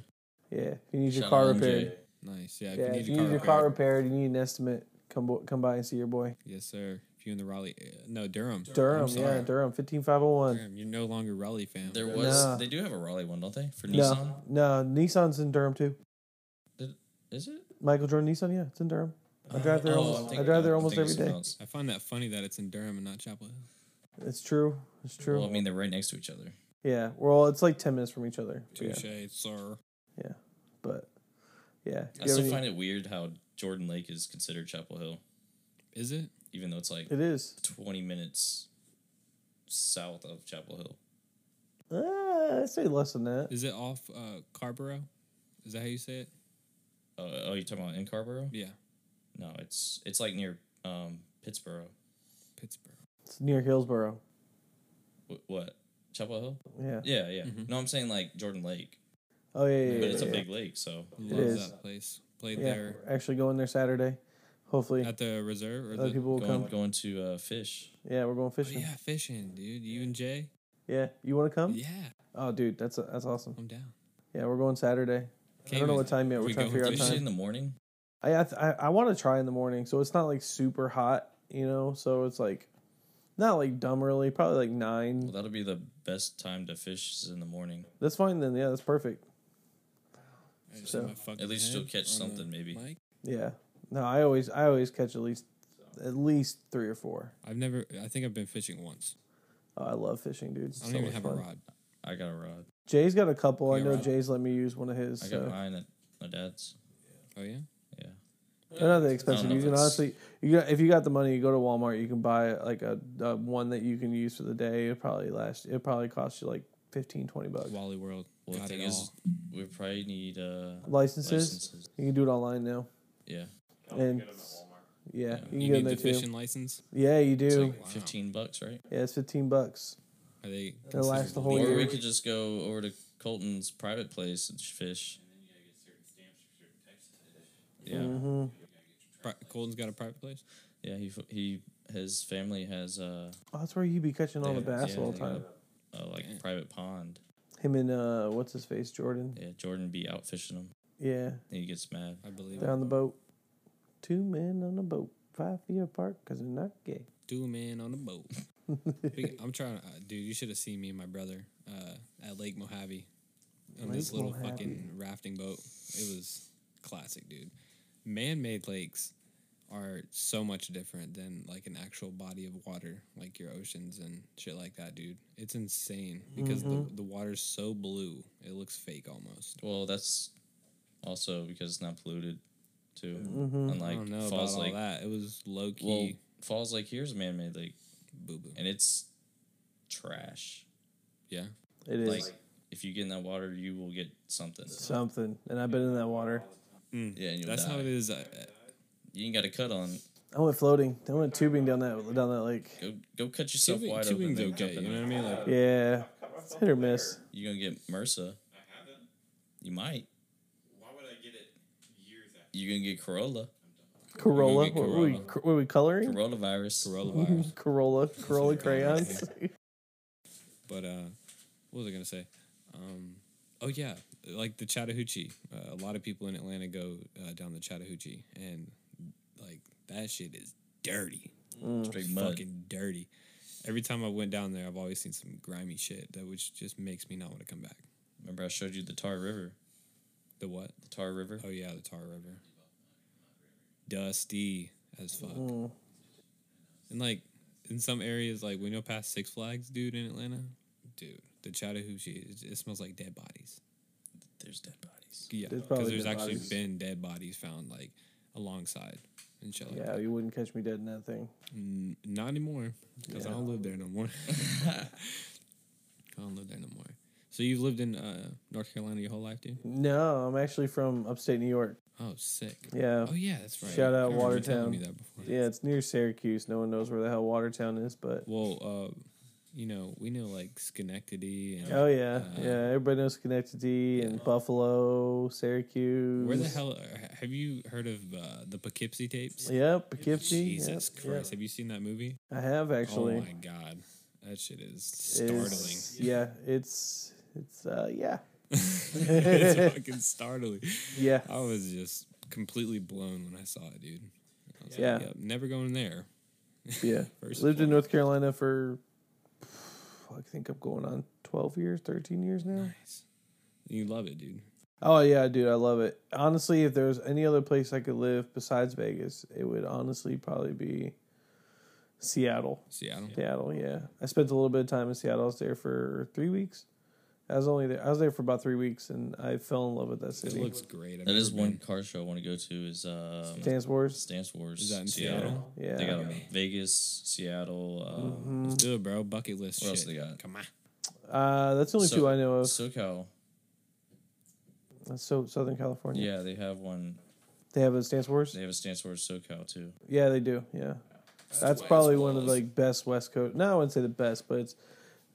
Yeah, if you need your
Shout
car
out MJ.
repaired,
Nice. Yeah.
yeah,
If
if
you need, your, car
car
repaired-
repaired, you need an estimate. Come bo- come by and see your boy
Yes, sir. If you're in the Raleigh, uh, no Durham.
Durham.
I'm
Yeah,
sorry.
Durham fifteen five hundred one.
Durham. You're no longer Raleigh fam.
There was
Nah.
they do have a Raleigh one, don't they? For Nissan,
No, no, Nissan's in Durham too.
is it?
Michael Jordan Nissan, yeah, it's in Durham. I drive there
Oh,
almost.
I'm
I
thinking-
drive there
I'm
almost
thinking
every
something
day.
else.
I find that funny that it's in Durham and not Chapel Hill.
It's true. It's true.
Well, I mean they're right next to each other.
yeah. Well, it's like ten minutes from each other. but Yeah,
Touche, sir.
but yeah.
I
You have
still
any-
find it weird how Jordan Lake is considered Chapel Hill,
Is it?
even though it's like
it is.
twenty minutes south of Chapel Hill.
Uh, I'd say less than that.
Is it off uh, Carborough? Is that how you say it?
Oh, oh, you're talking about in Carborough?
Yeah,
No, it's it's like near um, Pittsburgh.
Pittsburgh.
It's near Hillsboro.
Wh- what? Chapel Hill?
Yeah.
Yeah, yeah.
Mhm.
No, I'm saying like Jordan Lake,
Oh yeah, yeah.
but
yeah,
it's
yeah.
a big lake, so
Love
is.
that place. Played
Yeah,
there
we're actually going there Saturday. Hopefully,
at the reserve or
other
the.
people will
going
come.
going to uh, fish.
Yeah, we're going
Oh,
fishing.
yeah, fishing, dude. You and Jay.
yeah. you want to come?
Yeah,
Oh, dude, that's that's awesome.
I'm down.
Yeah, we're going Saturday. I
Cayman.
don't know what time yet.
Are
We're
we
trying to
going
figure out
Fish
time.
in the morning.
I I, th- I, I want to try in the morning, so it's not like super hot, you know. So it's like not like dumb early, probably like
Well,
nine.
that'll be the best time to fish is in the morning.
That's fine then. Yeah, that's perfect.
I just
So-
hit my fucking
At least you'll
head
catch
on the
something, maybe.
mic.
Yeah. No, I always I always catch at least at least three or four.
I've never. I think I've been fishing once.
Oh, I love fishing, dude. It's
I don't
so
even
much
have
fun.
a rod.
I got a rod.
Jay's got a couple. I
Yeah,
know
right.
Jay's let me use one of his.
I
so.
got mine at my dad's.
Oh yeah.
Yeah.
They're not that expensive.
know
You
if
can
it's-
honestly, you got, if you got the money, you go to Walmart. You can buy like a, a one that you can use for the day. It probably last. It probably cost you like 15, 20 bucks.
Wally World.
Well,
got
the thing
it
is,
all.
we probably need uh,
Licenses,
licenses.
you can do it online now.
Yeah,
And yeah, you can
You need
get them
the
there too.
fishing license.
Yeah, you
it's
do.
like
Wow.
fifteen bucks, right?
yeah, it's fifteen bucks.
Are they?
It'll last the whole
or we
year.
could just go over to Colton's private place and fish. Yeah,
hmm
Pri- Colton's got a private place.
yeah. He f- he his family has uh,
Oh, that's where you be catching all the
Yeah,
bass
yeah,
all
they
the time.
a like
Damn.
private pond.
Him and uh, what's his face, Jordan.
Yeah, Jordan be out fishing him.
Yeah,
And he gets mad.
I believe.
they're on the boat. Two men on a boat, five feet apart, because they're not gay.
Two men on a boat. Speaking- I'm trying to, uh, dude. You should have seen me and my brother uh, at Lake Mojave on this
Lake
little
Mojave.
fucking rafting boat. It was classic, dude. Man-made lakes are so much different than like an actual body of water, like your oceans and shit like that, dude. It's insane because
Mm-hmm.
the the water's so blue, it looks fake almost.
Well, that's also because it's not polluted, too.
Mhm.
Mm-hmm. I
Unlike
don't know about
Falls
all
Lake.
that. It was low
Well,
key
Falls Lake here's a man-made lake,
boo boo.
and it's trash.
Yeah,
It is
Like if you get in that water, you will get something.
something, and I've been in that water.
Yeah, and you'll
that's
die.
how it is. uh,
You ain't got a cut on.
I went floating. I went tubing down that down that lake.
Go go cut yourself
Tubing,
wide open.
tubing's
then
okay,
jump in
you know what I
it.
mean? Like
Yeah, it's hit or miss.
You're gonna get MRSA. You might.
Why would I get it years after?
You're gonna get Corolla.
Corolla.
get
What were we?
Corolla.
cor- What were we coloring?
Coronavirus.
coronavirus.
Corolla. Corolla crayons.
But uh, what was I gonna say? Um, oh yeah, like the Chattahoochee. Uh, a lot of people in Atlanta go uh, down the Chattahoochee, and like that shit is dirty,
Straight mud.
fucking dirty. Every time I went down there, I've always seen some grimy shit that which just makes me not want to come back.
Remember I showed you the Tar River.
The what?
the Tar River.
Oh yeah, the Tar River. Dusty as fuck.
Mm.
And like in some areas, like we know past Six Flags, dude, in Atlanta, dude, the Chattahoochee, it, it smells like dead bodies.
There's dead bodies.
Yeah,
There's
because
probably
there's
dead
actually
bodies.
been dead bodies found like alongside and shit. Like
Yeah,
that.
you wouldn't catch me dead in that thing.
Mm, not anymore, because I
Yeah.
don't live there no more. I don't live there no more. So you've lived in uh, North Carolina your whole life, dude?
No, I'm actually from upstate New York.
Oh, sick.
Yeah.
Oh yeah, that's right.
Shout
I
out
remember you telling
Watertown.
Me that before.
Yeah, it's near Syracuse. No one knows where the hell Watertown is, but
Well, uh, you know, we know like Schenectady and
oh yeah,
Uh,
yeah. Everybody knows Schenectady and Buffalo, Syracuse.
Where the hell uh, have you heard of uh, the Poughkeepsie tapes?
Yep, Poughkeepsie. yep,
Jesus
yep.
Christ! Have you seen that movie?
I have actually.
oh my God, that shit is startling.
It's- yeah, it's it's uh yeah
it's fucking startling.
yeah
I was just completely blown when I saw it, dude. I was like,
Yeah.
"Yep, never going there.
yeah.
First
Lived in
one.
North Carolina for I think I'm going on twelve years, thirteen years now.
Nice. You love it, dude.
Oh yeah, dude, I love it. Honestly, if there was any other place I could live besides Vegas, it would honestly probably be Seattle.
Seattle.
Seattle, yeah. I spent a little bit of time in Seattle. I was there for three weeks. I was only there. I was there for about three weeks, and I fell in love with that
It
city.
looks great. I've
That is
never
one
been.
car show I want to go to is um,
Dance Wars.
Stance Wars.
Is that in Seattle?
Yeah.
They got 'em in Vegas, Seattle. Um,
Mm-hmm.
Let's do it, bro. Bucket list. shit.
What else they got?
Come on.
Uh, that's the only
So-
two I know of.
SoCal.
That's so Southern California.
Yeah, they have one.
They have a Dance Wars.
They have a Stance Wars SoCal too.
Yeah, they do. Yeah, that's, probably one of the like best West Coast. No, I wouldn't say the best, but it's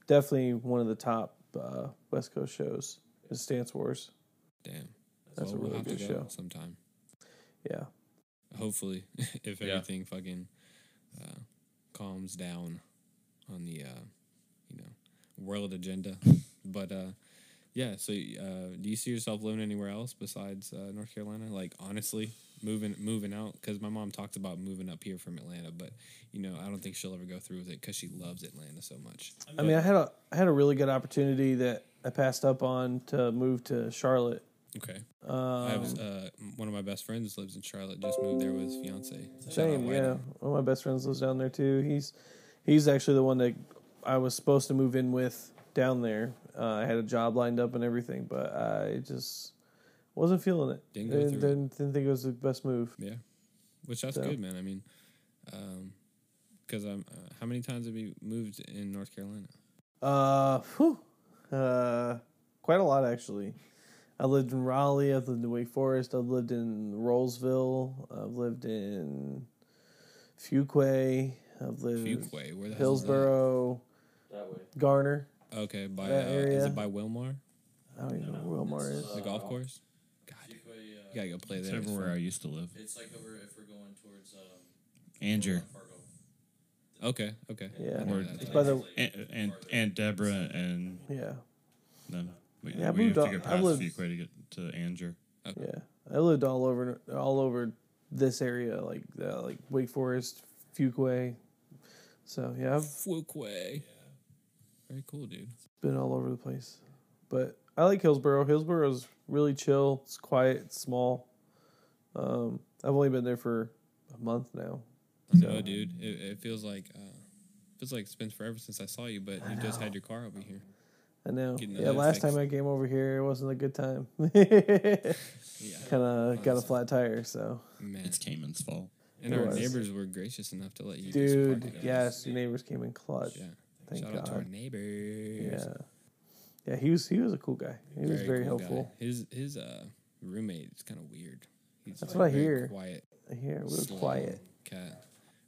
definitely one of the top uh, West Coast shows. Is Stance Wars?
Damn.
That's a
we'll
really
have
good
to
show.
Sometime.
Yeah,
hopefully if
Yeah.
everything fucking uh, calms down on the uh, you know world agenda but uh yeah so uh do you see yourself living anywhere else besides uh, north carolina like honestly moving moving out because my mom talked about moving up here from atlanta but you know i don't think she'll ever go through with it because she loves atlanta so much
I mean, I had a I had a really good opportunity that I passed up on to move to Charlotte.
okay i
Um,
have uh, one of my best friends lives in charlotte just moved there with his fiance
Same, yeah. One of my best friends lives down there too. He's he's actually the one that I was supposed to move in with down there. Uh, I had a job lined up and everything, but I just wasn't feeling it.
Didn't go
didn't,
through it.
didn't, didn't think it was the best move.
Yeah, which that's
So-
good, man. I mean, because I'm. Uh, how many times have you moved in North Carolina?
Uh, whew. uh, quite a lot actually. I lived in Raleigh. I've lived in Wake Forest. I've lived in Rollsville. I've lived in Fuquay. I've lived in
Fuquay, where the hell is that?
Uh, Hillsboro,
That way.
Garner.
Okay, by uh,
that
is
area.
it by Wilmar,
I don't even know where Wilmar is.
the golf course? God, dude, you gotta go play there. It's fun.
used to live.
uh, It's like over if we're going towards um,
Andrew
Fargo.
Okay, okay.
Yeah.
I know
Or-
that.
By the
and and, and Deborah and
yeah,
then we,
Yeah, I
we have
moved
to
up-
get
I
past
lived-
Fuquay to get to Andrew.
yeah. I lived all over all over this area, like uh, like Wake Forest, Fuquay. So yeah, I've
Fuquay. Very cool, dude.
been all over the place, but I like Hillsboro. Hillsboro's really chill. It's quiet. It's small. Um, I've only been there for a month now.
I
So-
know, dude. It, it feels like uh, feels like it's been forever since I saw you, but you just had your car over here.
I know.
Getting
Yeah,
another
last
fix.
time I came over here, it wasn't a good time. kind
Yeah, Oh,
of got a flat tire, so.
man.
It's Cayman's fault.
And
it
our
was.
neighbors were gracious enough to let you. just park
Dude,
it up.
yes, your neighbors came in clutch.
Yeah.
Thank
Shout
God.
out to our neighbors.
Yeah. Yeah, he was he was a cool guy. He was very
cool
helpful.
guy. His his uh roommate is kind of weird. He's
That's
like,
what I
very
hear.
Quiet,
Here, we were
slow
quiet.
cat.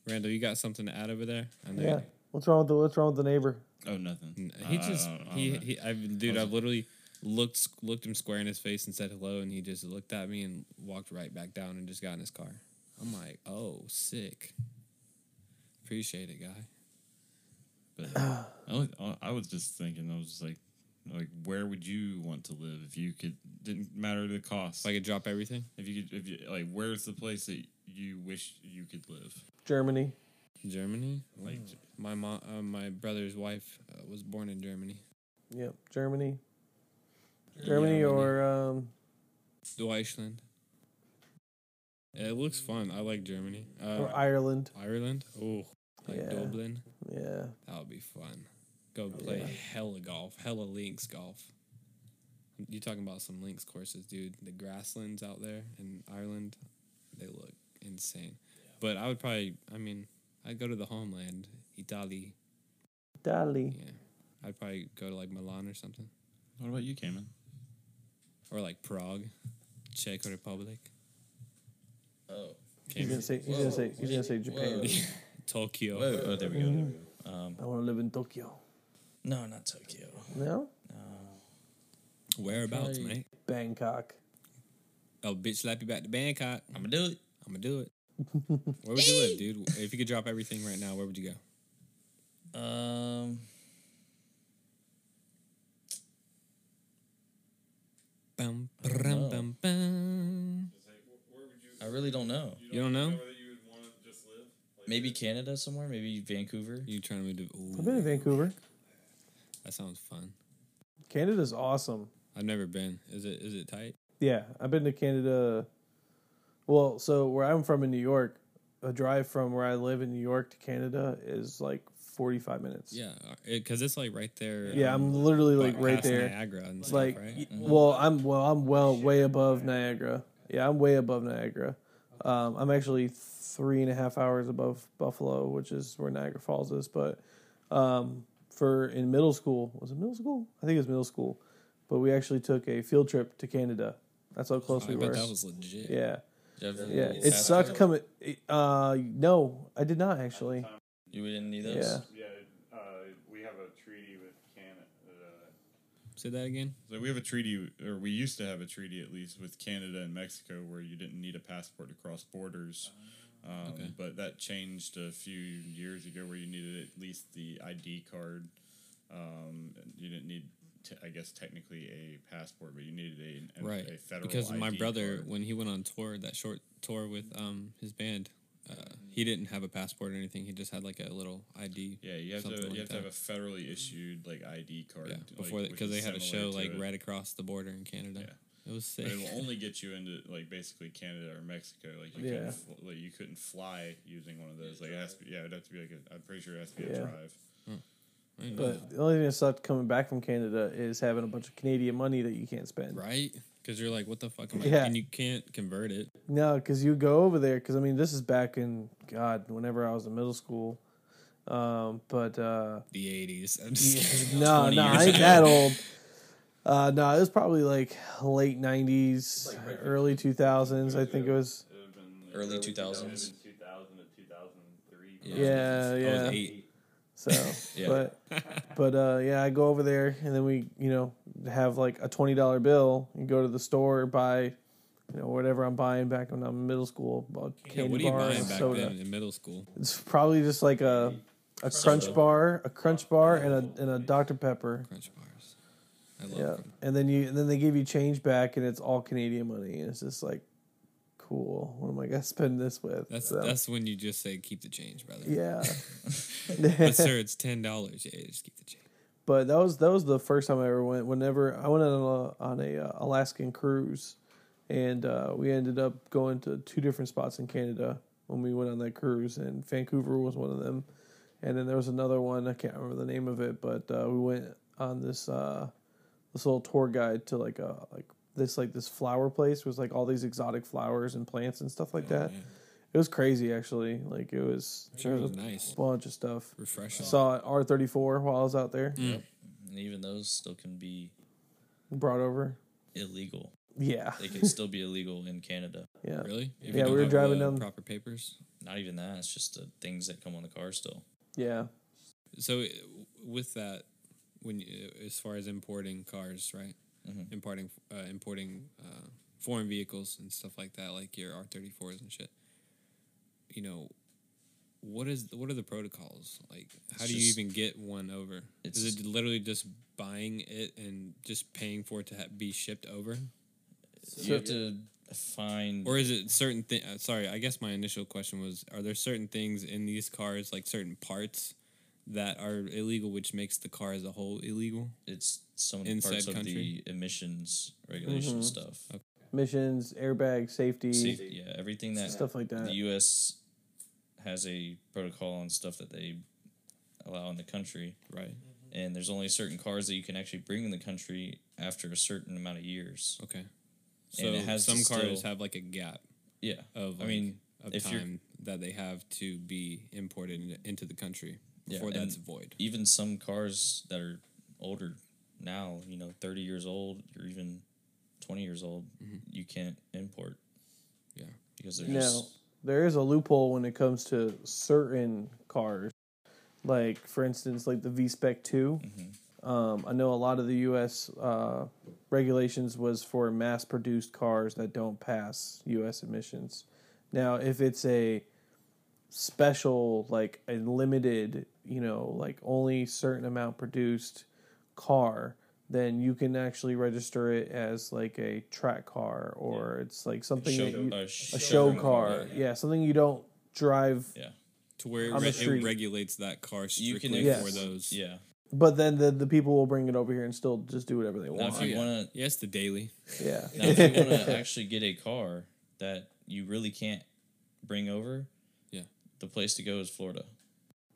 Randall, you got something to add over there? I know.
Yeah. What's wrong with the what's wrong with the neighbor?
Oh, nothing.
you- He just
Uh, I don't- I don't
he,
know.
he I've dude I've literally looked looked him square in his face and said hello and he just looked at me and walked right back down and just got in his car. I'm like, oh, sick. Appreciate it, guy.
But I, was, I was just thinking. I was just like, like, where would you want to live if you could? Didn't matter the cost.
If I could drop everything,
if you could, if you like, where's the place that you wish you could live?
Germany.
Germany.
Like,
My mom, uh, my brother's wife uh, was born in Germany.
Yep, Germany. Germany or um
Deutschland. Yeah, it looks fun. I like Germany.
or
Uh,
Ireland.
Ireland. Oh, like
Yeah.
Dublin.
Yeah.
That would be fun. Go play
Yeah.
hella golf, hella links golf. You talking about some links courses, dude? The grasslands out there in Ireland, they look insane. But I would probably, I mean, I'd go to the homeland, Italy.
Dali.
Yeah, I'd probably go to like Milan or something,
What about you, Cayman?
or like Prague, Czech Republic,
Oh.
He's gonna say. He's gonna say. He's gonna say Japan.
Whoa.
Tokyo.
Whoa. Oh, there we go. There we go. Um,
I want to live in Tokyo.
no, not Tokyo.
No,
Whereabouts,
Probably-
mate?
Bangkok.
Oh, bitch, slap you back to Bangkok.
I'm gonna do it.
I'm gonna do it. Where would you live, dude? If you could drop everything right now, where would you go?
Um,
Bum,
I don't
brum,
know.
bum, bum.
I really don't know.
You don't know?
Maybe Canada somewhere. Maybe Vancouver.
You trying to move to?
I've been to
Ooh,
Vancouver.
that sounds fun.
Canada's awesome.
I've never been. Is it? Is it tight?
Yeah, I've been to Canada. Well, so where I'm from in New York, a drive from where I live in New York to Canada is like 45 minutes.
Yeah, because it's like right there.
Yeah,
um,
I'm literally
by-
like right
past
there.
Niagara and
It's
stuff,
like,
right?
y- well, I'm well, I'm well way above Niagara. Yeah, I'm way above Niagara. Um, I'm actually three and a half hours above Buffalo, which is where Niagara Falls is. But um, for in middle school, was it middle school? I think it was middle school. But we actually took a field trip to Canada. That's how close
Oh, I
we
bet
were.
that was legit.
yeah.
Did you ever
Yeah,
go
it
past
sucked
that?
coming. Uh, no, I did not actually.
You didn't need those.
Yeah,
Yeah, uh, we have a treaty with uh, Canada.
Say that again.
So we have a treaty, or we used to have a treaty at least with Canada and Mexico, where you didn't need a passport to cross borders. Um,
Oh. Okay.
But that changed a few years ago, where you needed at least the ID card. Um, you didn't need, te- I guess, technically a passport, but you needed a, an-
right
a federal
because my
ID
brother
card.
when he went on tour that short tour with um his band uh, he didn't have a passport or anything he just had like a little id
Yeah, you have to
something
you
like
have to
that.
have a federally issued like ID card.
yeah
like,
before that
which
because
is
they had a show
similar to
like
it.
right across the border in canada
Yeah.
it was
But
sick
it will only get you into like basically Canada or Mexico. Like you
Yeah.
couldn't fl- like you couldn't fly using one of those. Like it has to be, yeah, it'd have to be like a, I'm pretty sure it has to be
Yeah.
a drive.
I didn't know
but the only thing that sucked coming back from Canada is having a bunch of Canadian money that you can't
that.
spend.
right because you're like what the fuck am I
Yeah.
and you can't convert it
No, because you go over there. Because I mean, this is back in God, whenever I was in middle school. Um, but uh,
the 80s I'm just kidding.
yeah, no,
20
no, I
years
ain't
ago.
that old. Uh, no, it was probably like late '90s, early 2000s. I think it was.
It would have been like
Early 2000s.
2000 to 2003.
Yeah.
Yeah,
I
yeah.
was eight
So,
Yeah.
but but uh, yeah, I go over there and then we you know have like a twenty dollar bill and go to the store buy you know whatever I'm buying back when I'm in middle school. About
yeah,
candy
what are you
bars,
buying back
soda.
then in middle school
It's probably just like a a crunch bar, a crunch bar, and a and a Dr Pepper.
crunch bars i love
Yeah,
crunch-
and then you and then they give you change back and it's all Canadian money and it's just like cool. What am I gonna spend this with?
that's
So,
that's when you just say keep the change brother
yeah.
but sir it's ten dollars yeah just keep the change
But that was that was the first time I ever went. Whenever I went on a, on a uh, Alaskan cruise, and uh, we ended up going to two different spots in Canada when we went on that cruise, and Vancouver was one of them, and then there was another one I can't remember the name of it, but uh, we went on this uh, this little tour guide to like a like this like this flower place was like all these exotic flowers and plants and stuff like that. It was crazy actually. Like it was,
Sure,
there
Oh, it was
was
nice.
a bunch of stuff.
refreshing
Saw R thirty four while I was out there.
And even those still can be
Brought over.
illegal.
Yeah.
They can still be illegal in Canada.
Yeah.
Really? If you
Yeah,
don't
we were
have
driving
the
down-
proper papers.
Not even that. It's just the things that come on the car still.
Yeah.
So uh, with that, when you, as far as importing cars, right?
Mhm.
Importing uh, importing uh, foreign vehicles and stuff like that, like your R thirty fours and shit. You know, what is what are the protocols like? How
It's
do
just-
you even get one over?
it's-
Is it literally just buying it and just paying for it to ha- be shipped over?
Mm. you have to find.
Or is it certain thing? Uh, sorry, I guess my initial question was: Are there certain things in these cars, like certain parts, that are illegal, which makes the car as a whole illegal?
it's some of the
Inside
parts of
country?
the emissions regulation
Mhm.
stuff.
Okay.
missions, airbag safety,
See, yeah, everything that
stuff like that.
the U.S. has a protocol on stuff that they allow in the country,
Right.
and there's only certain cars that you can actually bring in the country after a certain amount of years.
Okay. So
And it has
some
to
cars
still-
have like a gap
Yeah,
of.
I
like,
mean,
of
if you're-
time that they have to be imported in- into the country
Yeah,
before that's
and-
void.
even some cars that are older now, you know, thirty years old or even twenty years old, you can't import.
Mm-hmm. Yeah.
because they're
No.
just
there is a loophole when it comes to certain cars. Like for instance, like the V Spec 2
mm-hmm.
Um, I know a lot of the U.S. Uh, regulations was for mass-produced cars that don't pass U.S. emissions. Now, if it's a special, like a limited, you know, like only certain amount produced car, then you can actually register it as like a track car or it's like something
show,
that you,
a,
a show
showroom
car. Yeah, something you don't drive.
Yeah,
To where
On
it,
the
re-
street.
it regulates that car
You can
strictly
Yes.
for those.
yeah.
But then the, the people will bring it over here and still just do whatever they
Now,
want.
if you want to
Yes, the daily.
yeah.
Now, if you want to actually get a car that you really can't bring over,
Yeah.
the place to go is Florida.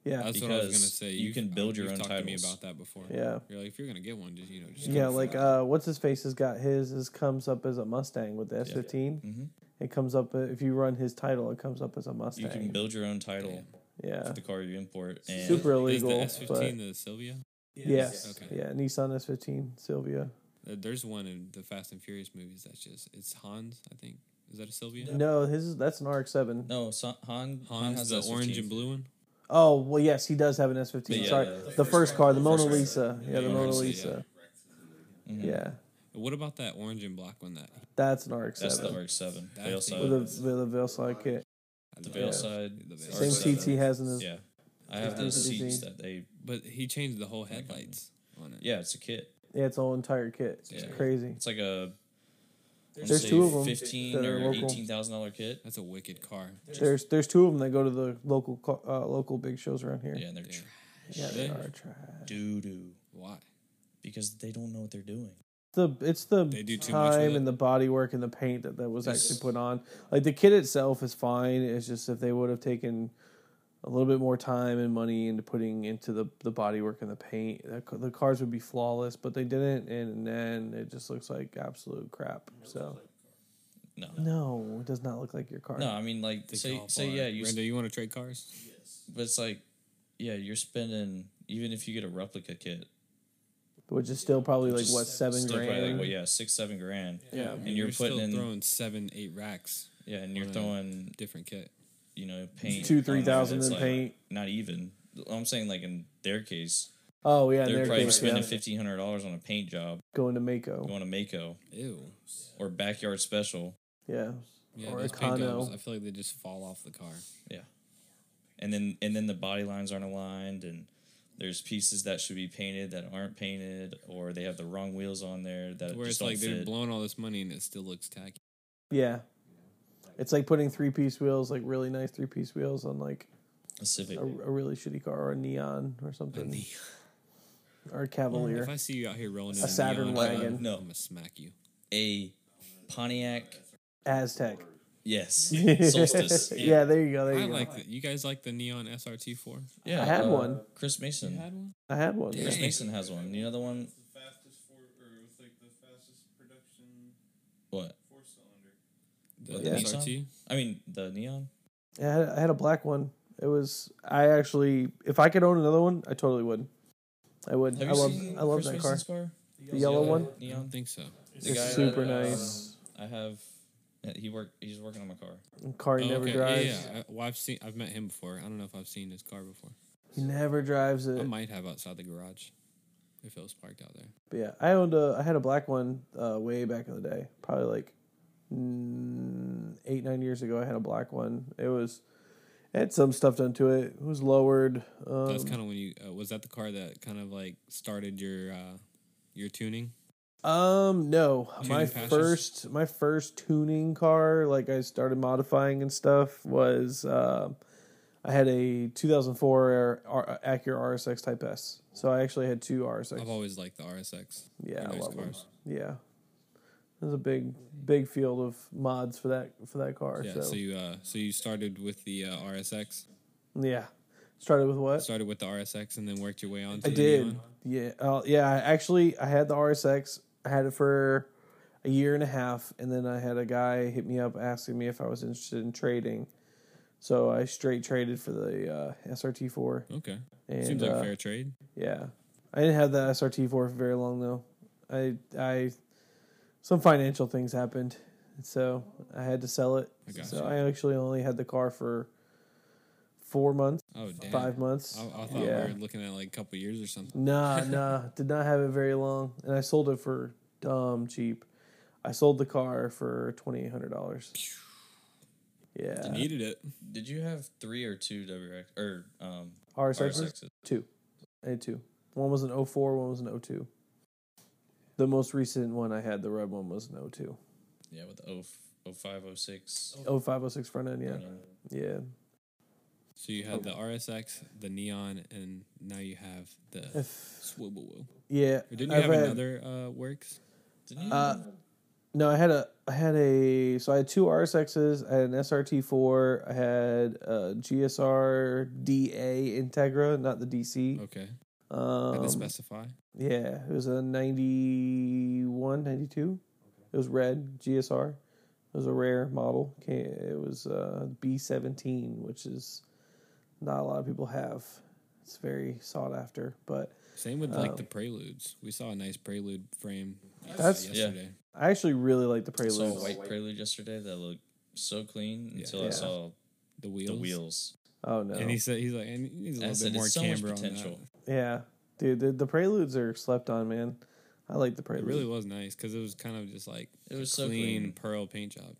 yeah.
That's what I was gonna
Because
say.
you
You've-
can build your
you've
own
talked to me
titles.
about that before.
Yeah.
You're like, if you're gonna get one, just you know, just
Yeah,
go for
like
it.
uh, what's his face has got his has comes up as a Mustang with the S fifteen.
Mhm.
It comes up uh, if you run his title, it comes up as a
You can
Mustang.
build your own title
Yeah,
for the car you import. And
super
Is
illegal.
the S
but
fifteen the Sylvia?
yes,
Okay.
yeah, Nissan S fifteen Sylvia.
Uh, There's one in the Fast and Furious movies that's just it's Hans, I think. Is that a Sylvia?
No, his is, that's an RX seven.
No, so, Han, Han
Hans,
has
the
S15.
orange and blue one.
Oh well, yes, he does have an S fifteen.
Yeah,
Sorry,
the-
the, first car, the Mona
car.
Lisa. Yeah, the
Yeah,
Mona
yeah.
Lisa.
Mm-hmm.
Yeah,
What about that orange and black one? That
that's an RX
That's
seven.
the RX-7.
That thing-
Veil side.
With a with a veil slide kit.
the
I
Veil
love-
side.
The Veil
Same
RX-7.
seats he has in his.
Yeah. I have those
Yeah.
seats that they...
But he changed the whole headlights on it.
Yeah, it's a kit.
Yeah, it's all entire kit. It's
Yeah.
crazy.
It's like a... I wanna
There's
say
two of 'em
Fifteen
that
or
are local.
eighteen thousand dollar kit.
That's a wicked car.
There's there's two of them that go to the local co- uh, local big shows around here.
Yeah, and they're
Yeah.
Yeah, they
Really?
are trash.
doo doo
Why?
because they don't know what they're doing.
The it's the
They do too much with
time
it.
and the body work and the paint that that was
Yes.
actually put on. Like the kit itself is fine. It's just if they would have taken a little bit more time and money into putting into the the body work and the paint, the, c- the cars would be flawless. But they didn't, and then it just looks like absolute crap. So
No,
no, it does not look like your car.
no. I mean, like,
They
say,
call
say,
for it.
yeah, you
Brando, you want to trade cars?
But it's like, yeah, you're spending even if you get a replica kit,
which is still probably like
Just
what seven
still
grand.
probably like, well, yeah, six, seven grand.
Yeah.
and you're,
still
putting in,
throwing seven, eight racks,
yeah, and you're
on a
throwing,
different kit.
you know, paint
Two,
on there
3,000
that's,
in
like,
paint.
Not even. I'm saying like in their case,
Oh yeah, in
they're
their
probably
case,
spending
yeah.
fifteen hundred dollars on a paint job,
going to Mako.
going to Mako
Ew.
or backyard special,
Yeah.
Yeah,
or
those
a
paint jobs,
Kano.
I feel like they just fall off the car.
yeah, and then and then the body lines aren't aligned and. There's pieces that should be painted that aren't painted, or they have the wrong wheels on there that
Where
just
it's
don't
like they're
fit.
blowing all this money and it still looks tacky.
Yeah. It's like putting three piece wheels, like really nice three piece wheels on like
a Civic.
a, a really shitty car or a neon or something. or a
If
cavalier.
I see you out here rolling in
A Saturn
neon,
wagon.
I'm,
No.
I'm gonna smack you.
a Pontiac.
Aztec.
Yes, Solstice.
yeah, there you go. There you
I
go.
like that. You guys like the neon SRT four?
yeah. uh,
I had one.
Chris Mason.
one.
I had one.
Chris
Dang.
Mason has one. You know the one.
It's the fastest four, or it's like the fastest production
What?
four cylinder.
The
What,
the Nissan?
SRT.
I mean the neon.
Yeah, I, had, I had a black one. It was I actually if I could own another one, I totally would. I would.
Have
I
you
love
seen
I love
Chris
that car.
Mason's car?
The yellow one.
I don't
Neon.
think so.
The guy
It's super
that, uh,
nice.
I have. He work. He's working on my car.
Car he
Oh,
never
okay.
drives.
Yeah, yeah. I, well, I've seen. I've met him before. I don't know if I've seen his car before.
He never drives it.
I might have outside the garage, if it was parked out there.
But yeah, I owned a. I had a black one uh, way back in the day, probably like mm, eight nine years ago. I had a black one. It was it had some stuff done to it. It was lowered. Um,
That's kind of when you uh, was that the car that kind of like started your uh your tuning.
um no,
Tuning
my
patches?
first my first tuning car, like I started modifying and stuff, was um I had a 2004 Ar- Ar- Acura RSX Type S. So I actually had two RSX.
I've always liked the RSX.
Yeah,
They're
I
nice
love them.
cars.
Yeah. There's a big big field of mods for that for that car.
Yeah.
so.
So you uh, so you started with the uh, RSX.
yeah, started with what?
Started with the RSX and then worked your way on. To
I
the
did.
Neon?
Yeah. Uh, yeah. I actually, I had the RSX. I had it for a year and a half, and then I had a guy hit me up asking me if I was interested in trading. So I straight traded for the uh, SRT4.
Okay.
And,
Seems like
uh,
a fair trade.
Yeah, I didn't have the SRT4 for very long though. I I some financial things happened, so I had to sell it.
I got
so
you.
I actually only had the car for four months,
Oh damn.
five months.
I, I thought we were looking at like a couple years or something.
Nah, nah, did not have it very long, and I sold it for dumb cheap. I sold the car for twenty eight hundred dollars.
You
Yeah,
needed it.
Did you have three or two WRX or um,
RSX was
RSXs?
two. I had two. One was an 04, one was an 02. The most recent one I had, the red one, was an 02.
Yeah, with the oh, 0, 05, 06.
Oh,
0506 front end, Oh, yeah, yeah.
So you
Oh.
had the RSX, the Neon, and now you have the
If,
Swibble Woo.
yeah,
Or Didn't you
I've
have
had-
another uh, works?
Didn't you?
Uh, No, I had a I had a so I had two RSXs, I had an SRT four, I had a GSR DA Integra, not the DC.
Okay. Had to
Um,
specify.
yeah, it was a 91, 92. It was red GSR. It was a rare model. Ca- It was uh, B17, which is not a lot of people have. It's very sought after, but
Same with like the
um,
Preludes. We saw a nice Prelude frame uh,
That's-
Yeah.
yesterday.
I actually really like the
I
Prelude.
saw a white prelude yesterday that looked so clean
Yeah.
until
Yeah.
I saw
The wheels.
the wheels.
Oh no,
And he said he's like, and he needs a
And
little
I said,
bit more
"There's so much
camber on that.
potential."
Yeah, dude, the, the preludes are slept on, man. I like the
It
preludes.
really was nice because it was kind of just like
It was so
clean,
clean.
pearl paint job.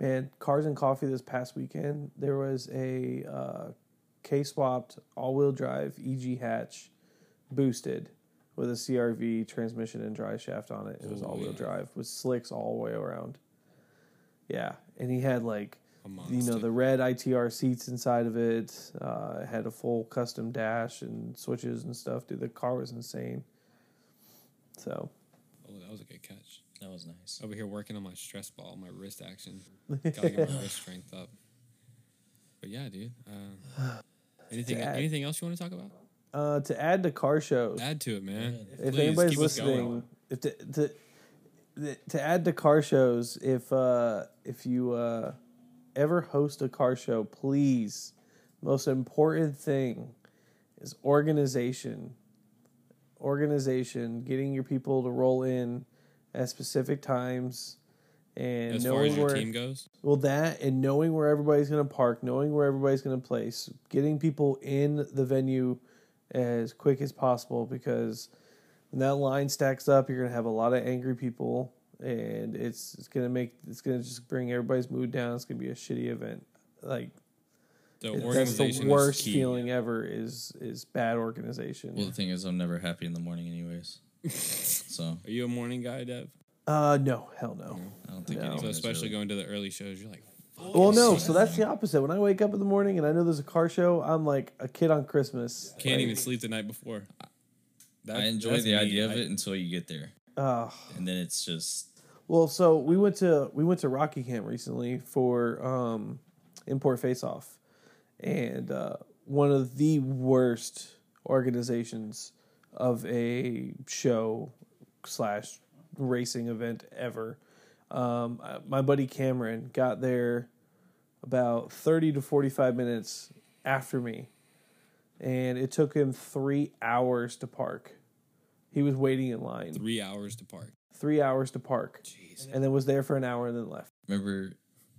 man. Cars and Coffee this past weekend, there was a uh, K swapped all wheel drive EG hatch, boosted, with a CRV transmission and drive shaft on it. It was
Oh,
all wheel
yeah.
drive with slicks all the way around. Yeah, and he had like
A
you know
monster.
the red ITR seats inside of it. Uh, it had a full custom dash and switches and stuff. Dude, the car was insane. So
oh, that was a good catch.
That was nice.
Over here working on my stress ball, my wrist action. Gotta get my wrist strength up. But yeah, dude. Uh, anything
Dad.
anything else you want to talk about?
uh, to add to car shows,
Add to it, man.
Yeah.
if
Please,
anybody's
keep us going.
listening, if to, to the- to add to car shows, if uh, if you uh, ever host a car show, please, most important thing is organization. Organization, getting your people to roll in at specific times, and
as
knowing
far as your
where
team goes,
well, that and knowing where everybody's going to park, knowing where everybody's going to place, getting people in the venue as quick as possible because when that line stacks up, you're going to have a lot of angry people, and it's it's going to make it's going to just bring everybody's mood down. It's going to be a shitty event. Like
the
that's
organization
the
is
worst
key.
feeling ever. Is is bad organization.
Well, the thing is, I'm never happy in the morning, anyways. so
Are you a morning guy, Dev?
Uh, no, hell no.
I don't think.
No.
anyone
So
is
especially
really-
going to the early shows, you're like,
Well, no. So that's the opposite. When I wake up in the morning and I know there's a car show, I'm like a kid on Christmas.
can't
Like,
even sleep the night before. That-
I enjoy
that's
the
me.
idea
I-
of it until you get there,
ah.
and then it's just
Well, so we went to we went to Rocky Camp recently for um import face off. And uh one of the worst organizations of a show slash racing event ever. Um I- my buddy Cameron got there about 30 to 45 minutes after me. And it took him 3 hours to park. He was waiting in line
three hours to park.
three hours to park, and then was there for an hour and then left.
remember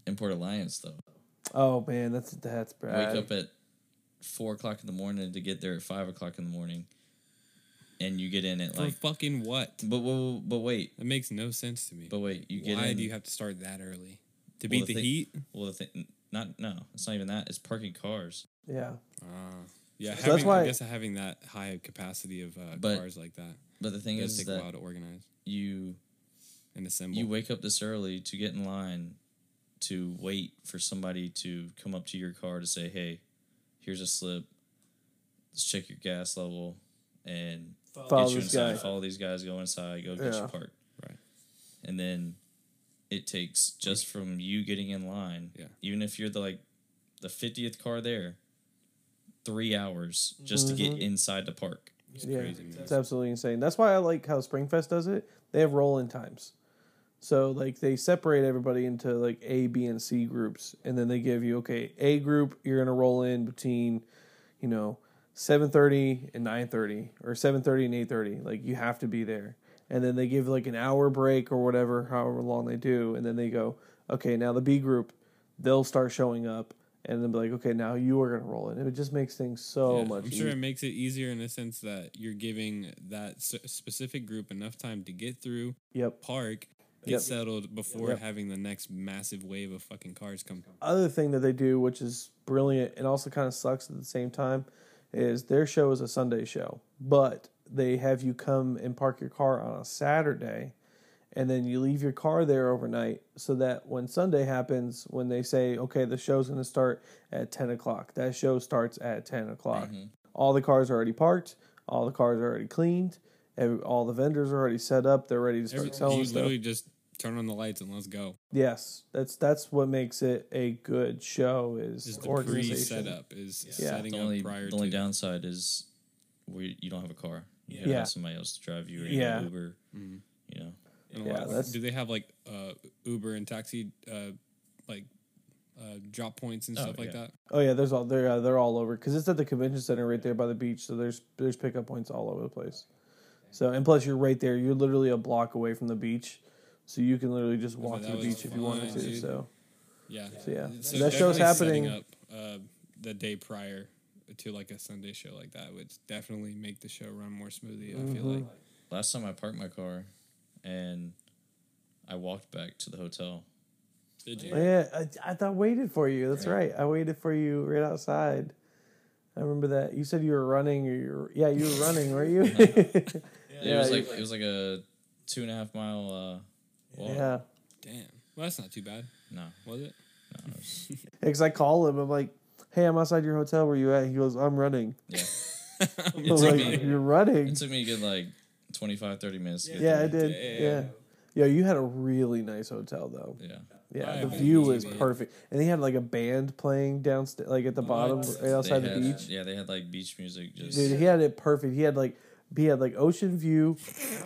import alliance though.
Oh man, that's that's bad.
Wake up at four o'clock in the morning to get there at five o'clock in the morning, and you get in at
For
like.
fucking what?
But but, but wait,
That makes no sense to me.
but wait, you get
Why
in.
do you have to start that early? To
Well,
beat the,
thing-
heat?
Well, the thing, not no, it's not even that. It's parking cars.
yeah,
Ah. yeah,
So
having,
that's why-
I guess having that high of capacity of uh,
But
cars like that
But the thing
does
is
take a while
that
to organize
you
and assemble.
you wake up this early to get in line to wait for somebody to come up to your car to say, "Hey, here's a slip. Let's check your gas level and
follow
get you
this
inside.
guy.
Follow these guys. Go inside. Go get
Yeah.
your part.
Right.
And then it takes just from you getting in line.
Yeah.
Even if you're the like the fiftieth car there, three hours just to
Mm-hmm.
get inside the park.
yeah,
crazy, man.
it's absolutely insane. That's why I like how Springfest does it. They have roll-in times, so like they separate everybody into like A, B, and C groups, and then they give you okay, A group you're gonna roll in between, you know, seven thirty and nine thirty, or seven thirty and eight thirty. Like you have to be there, and then they give like an hour break or whatever, however long they do, and then they go okay, now the B group, they'll start showing up. And then be like, okay, now you are gonna roll in. It just makes things so
Yeah,
much.
I'm
easier.
sure it makes it easier in the sense that you're giving that s- specific group enough time to get through
Yep.
park, get
Yep.
settled before
Yep.
having the next massive wave of fucking cars come.
other thing that they do, which is brilliant and also kind of sucks at the same time, is their show is a Sunday show, but they have you come and park your car on a Saturday, and then you leave your car there overnight, so that when Sunday happens, when they say, "Okay, the show's going to start at ten o'clock," that show starts at ten o'clock.
Mm-hmm.
Mm-hmm.
All the cars are already parked. All the cars are already cleaned. Every, all the vendors are already set up. They're ready to start
Every,
selling
you
stuff.
literally just turn on the lights and let's go.
Yes, that's that's what makes it a good show is
Just the pre
organization.
setup is
Yeah.
setting
The
up
only,
prior
the only
to.
downside is where you don't have a car. You gotta
Yeah.
have somebody else to drive you or you
Yeah.
have Uber. You know.
and a
Yeah,
lot-
that's-
do they have like uh, Uber and taxi uh, like uh, drop points and
Oh,
stuff like
yeah.
that?
Oh yeah, there's all they're uh, they're all over because it's at the convention center right there by the beach. So there's there's pickup points all over the place. So and plus you're right there. You're literally a block away from the beach, so you can literally just walk
that
to the
was
beach if you wanted
fine,
to.
dude.
So
Yeah.
so yeah,
So
that show's
definitely
happening.
Setting up uh, the day prior to like a Sunday show like that would definitely make the show run more smoothly. I
Mm-hmm.
feel like.
Last time I parked my car and I walked back to the hotel.
Did you?
Oh, yeah, I, I thought I waited for you. That's right. I waited for you right outside. I remember that you said you were running. Or you were, yeah, you were running, were you?
it was
Yeah,
like it was like a two and a half mile uh walk.
yeah.
Damn. Well, that's not too bad,
No.
was it?
Because I call him, I'm like, "Hey, I'm outside your hotel. Where you at?" He goes, "I'm running."
Yeah.
I'm like, "You're running."
It took me a good like 25, 30 minutes to get
yeah, I
there.
did. Yeah. Yo, you had a really nice hotel though.
Yeah.
Yeah,
I
the
have
view
an
was
easy-
perfect, and they had like a band playing downstairs, like at the bottom,
that's-
right outside
They
the
had-
beach.
Yeah, they had like beach music just
Dude, he had it perfect. He had like he had like ocean view,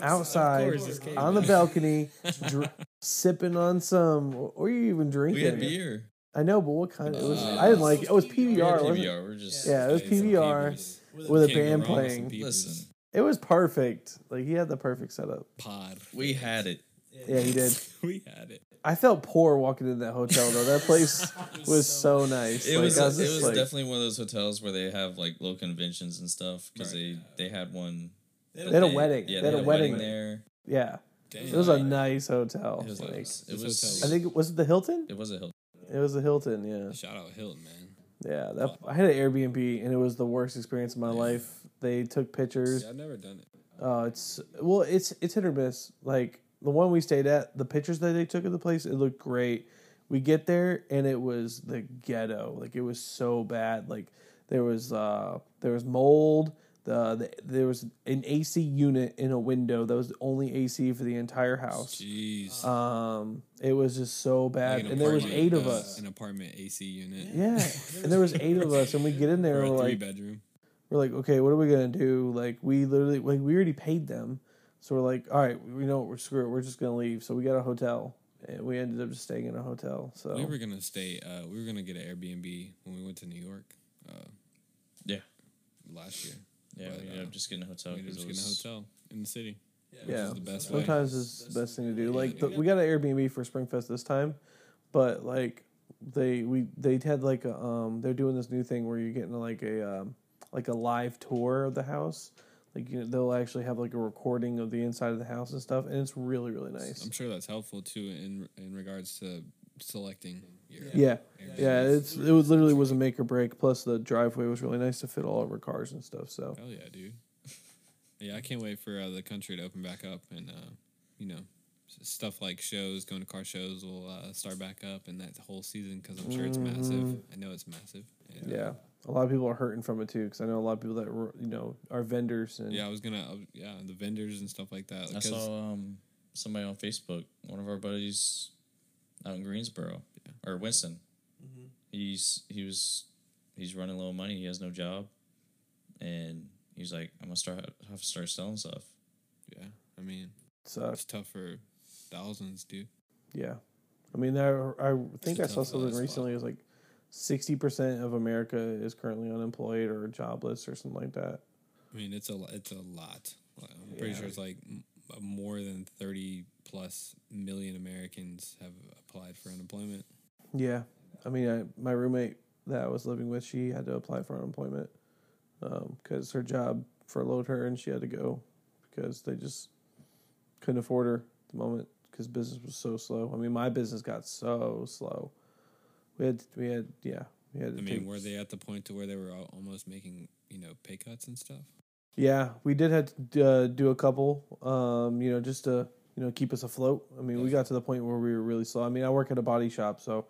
outside,
course, this came
on the balcony, dr- sipping on some, or you even drinking.
We had beer.
I know, but what kind? It was. I didn't like. It, it was PBR. wasn't it?
PBR. We're just
Yeah, it was PBR with a band playing.
Listen,
It was perfect. Like he had the perfect setup.
Pod.
we had it.
Yeah, he did.
we had it.
I felt poor walking into that hotel though. That place was so nice.
It
Like,
was,
I was
it
just
was
like-
definitely one of those hotels where they have like little conventions and stuff because they they had one. They
had a wedding.
Yeah,
They had a wedding.
there.
yeah.
Damn.
It was a nice hotel.
It was
like,
like, it
This
was
hotel
I think it- was it the Hilton?
it was a hill.
It was the Hilton. Yeah,
Shout out Hilton, man.
yeah. That I had an Airbnb and it was the worst experience of my life. They took pictures.
Yeah, I've never done it.
Uh, it's well, it's it's hit or miss. Like the one we stayed at, the pictures that they took of the place, it looked great. We get there and it was the ghetto. Like it was so bad. Like there was uh there was mold. The, the there was an AC unit in a window that was the only AC for the entire house.
Jeez.
Um, it was just so bad,
Like an
and there was
apartment,
eight of
uh,
us.
An apartment AC unit.
Yeah, and there was eight of us, and we get in there,
Or
and
a
we're
three
like,
bedroom.
we're like, okay, what are we gonna do? Like, we literally, like, we already paid them, so we're like, all right, we know what we're screwed. We're just gonna leave. So we got a hotel, and we ended up just staying in a hotel. So
We were gonna stay. Uh, we were gonna get an Airbnb when we went to New York uh,
Yeah,
last year.
yeah.
But,
we ended up just getting a hotel.
We ended up
'cause
just
it
getting a hotel
was-
in the city.
yeah,
is the best way.
sometimes it's the best thing to do. Like, the, we got an Airbnb for Springfest this time, but like, they we they had like a um, they're doing this new thing where you're getting like a um, like a live tour of the house. Like, you know, they'll actually have like a recording of the inside of the house and stuff, and it's really really nice.
I'm sure that's helpful too in in regards to selecting your.
Yeah, yeah. It's it was literally was a make or break. Plus the driveway was really nice to fit all of our cars and stuff. So
Hell yeah, dude. Yeah, I can't wait for uh, the country to open back up and, uh, you know, s- stuff like shows, going to car shows will uh, start back up and that whole season because I'm sure it's massive.
Mm-hmm.
I know it's massive. And, uh,
yeah, a lot of people are hurting from it too because I know a lot of people that were, you know are vendors and
Yeah, I was going to, uh, yeah, the vendors and stuff like that.
I
Because
saw um somebody on Facebook. One of our buddies out in Greensboro or Winston.
Mm-hmm.
He's he was he's running low on money. He has no job, and he's like, I'm gonna start have to start selling stuff.
Yeah, I mean,
Sucks.
it's tough for thousands, dude.
Yeah, I mean, there. I think
a
I saw
tough-
something
that's a lot.
recently. It was like sixty percent of America is currently unemployed or jobless or something like that.
I mean, it's a lo- it's a lot. Like, I'm pretty
Yeah.
sure it's like m- more than thirty plus million Americans have applied for unemployment.
Yeah, I mean, I, my roommate that I was living with, she had to apply for unemployment because her job furloughed her and she had to go because they just couldn't afford her at the moment because business was so slow. I mean, my business got so slow. We had we had yeah we had. To
I mean,
take-
were they at the point to where they were al- almost making you know pay cuts and stuff?
Yeah, we did have to uh, do a couple, um, you know, just to you know keep us afloat. I mean, we got to the point where we were really slow. I mean, I work at a body shop, so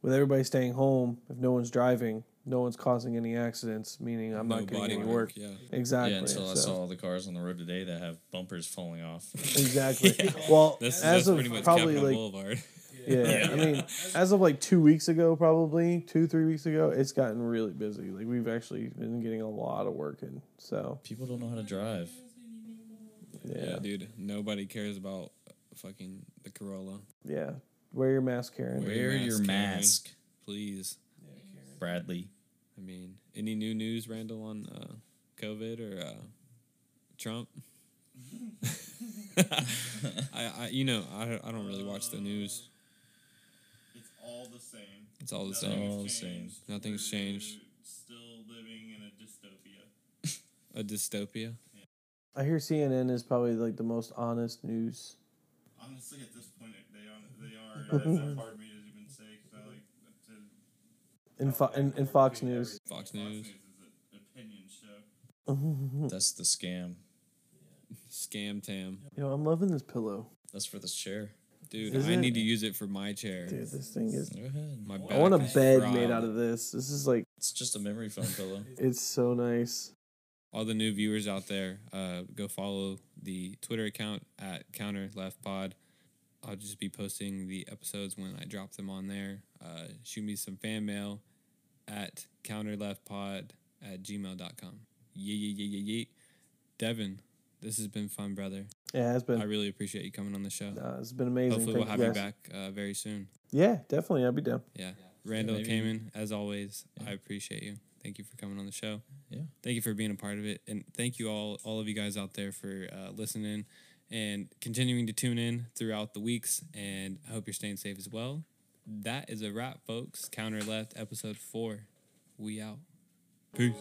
with everybody staying home, if no one's driving, no one's causing any accidents, meaning I'm not getting
body
any work.
Yeah,
Exactly.
Yeah, until I
so-
saw all the cars on the road today that have bumpers falling off.
Exactly. Well,
that's,
as
that's
of
pretty much
probably
Capitol
like
Boulevard.
yeah, I mean, as of like two weeks ago, probably two three weeks ago, it's gotten really busy. Like we've actually been getting a lot of work in. So
People don't know how to drive.
yeah.
yeah,
dude, nobody cares about fucking the Corolla.
yeah. Wear your mask, Karen.
Wear
Wear
your
your
mask,
mask,
Please,
Bradley.
I mean, any new news, Randall, on uh, COVID or uh, Trump? I, I, you know, I, I don't really watch the news.
It's all the same.
It's all the
Nothing's
same.
all the same.
changed.
Nothing's changed.
Still living in a dystopia.
A dystopia.
I hear CNN is probably like the most honest news.
Honestly, at this point, it- they are. They are. and It's hard for me to even say 'cause I like to.
In, Fo- in, in Fox News,
Fox
News
News
is an opinion show.
you
That's the scam.
scam tam,
know, I'm loving this pillow,
That's for this chair.
dude.
Is
I
it?
need to use it for my chair.
dude. This thing is.
Go ahead.
My
I want a
back is
bed
fried.
made out of this. This is like,
It's just a memory foam pillow.
it's so nice.
all the new viewers out there, uh, go follow the Twitter account at Counter Left Pod. I'll just be posting the episodes when I drop them on there. Uh, shoot me some fan mail at counterleftpod at gmail.com. Yeah, yeah, yeah, yeah, yeah. Devin, this has been fun, brother.
Yeah, it's been,
I really appreciate you coming on the show.
uh, it's been amazing.
Hopefully, we'll
Thank
have you
guys.
back uh, very soon.
Yeah, definitely. I'll be down.
Yeah. Randall
maybe-
came in, as always. I appreciate you. Thank you for coming on the show.
Yeah.
Thank you for being a part of it. And thank you all, all of you guys out there for uh, listening and continuing to tune in throughout the weeks. And I hope you're staying safe as well. That is a wrap, folks. Counter left, episode four. We out. Peace.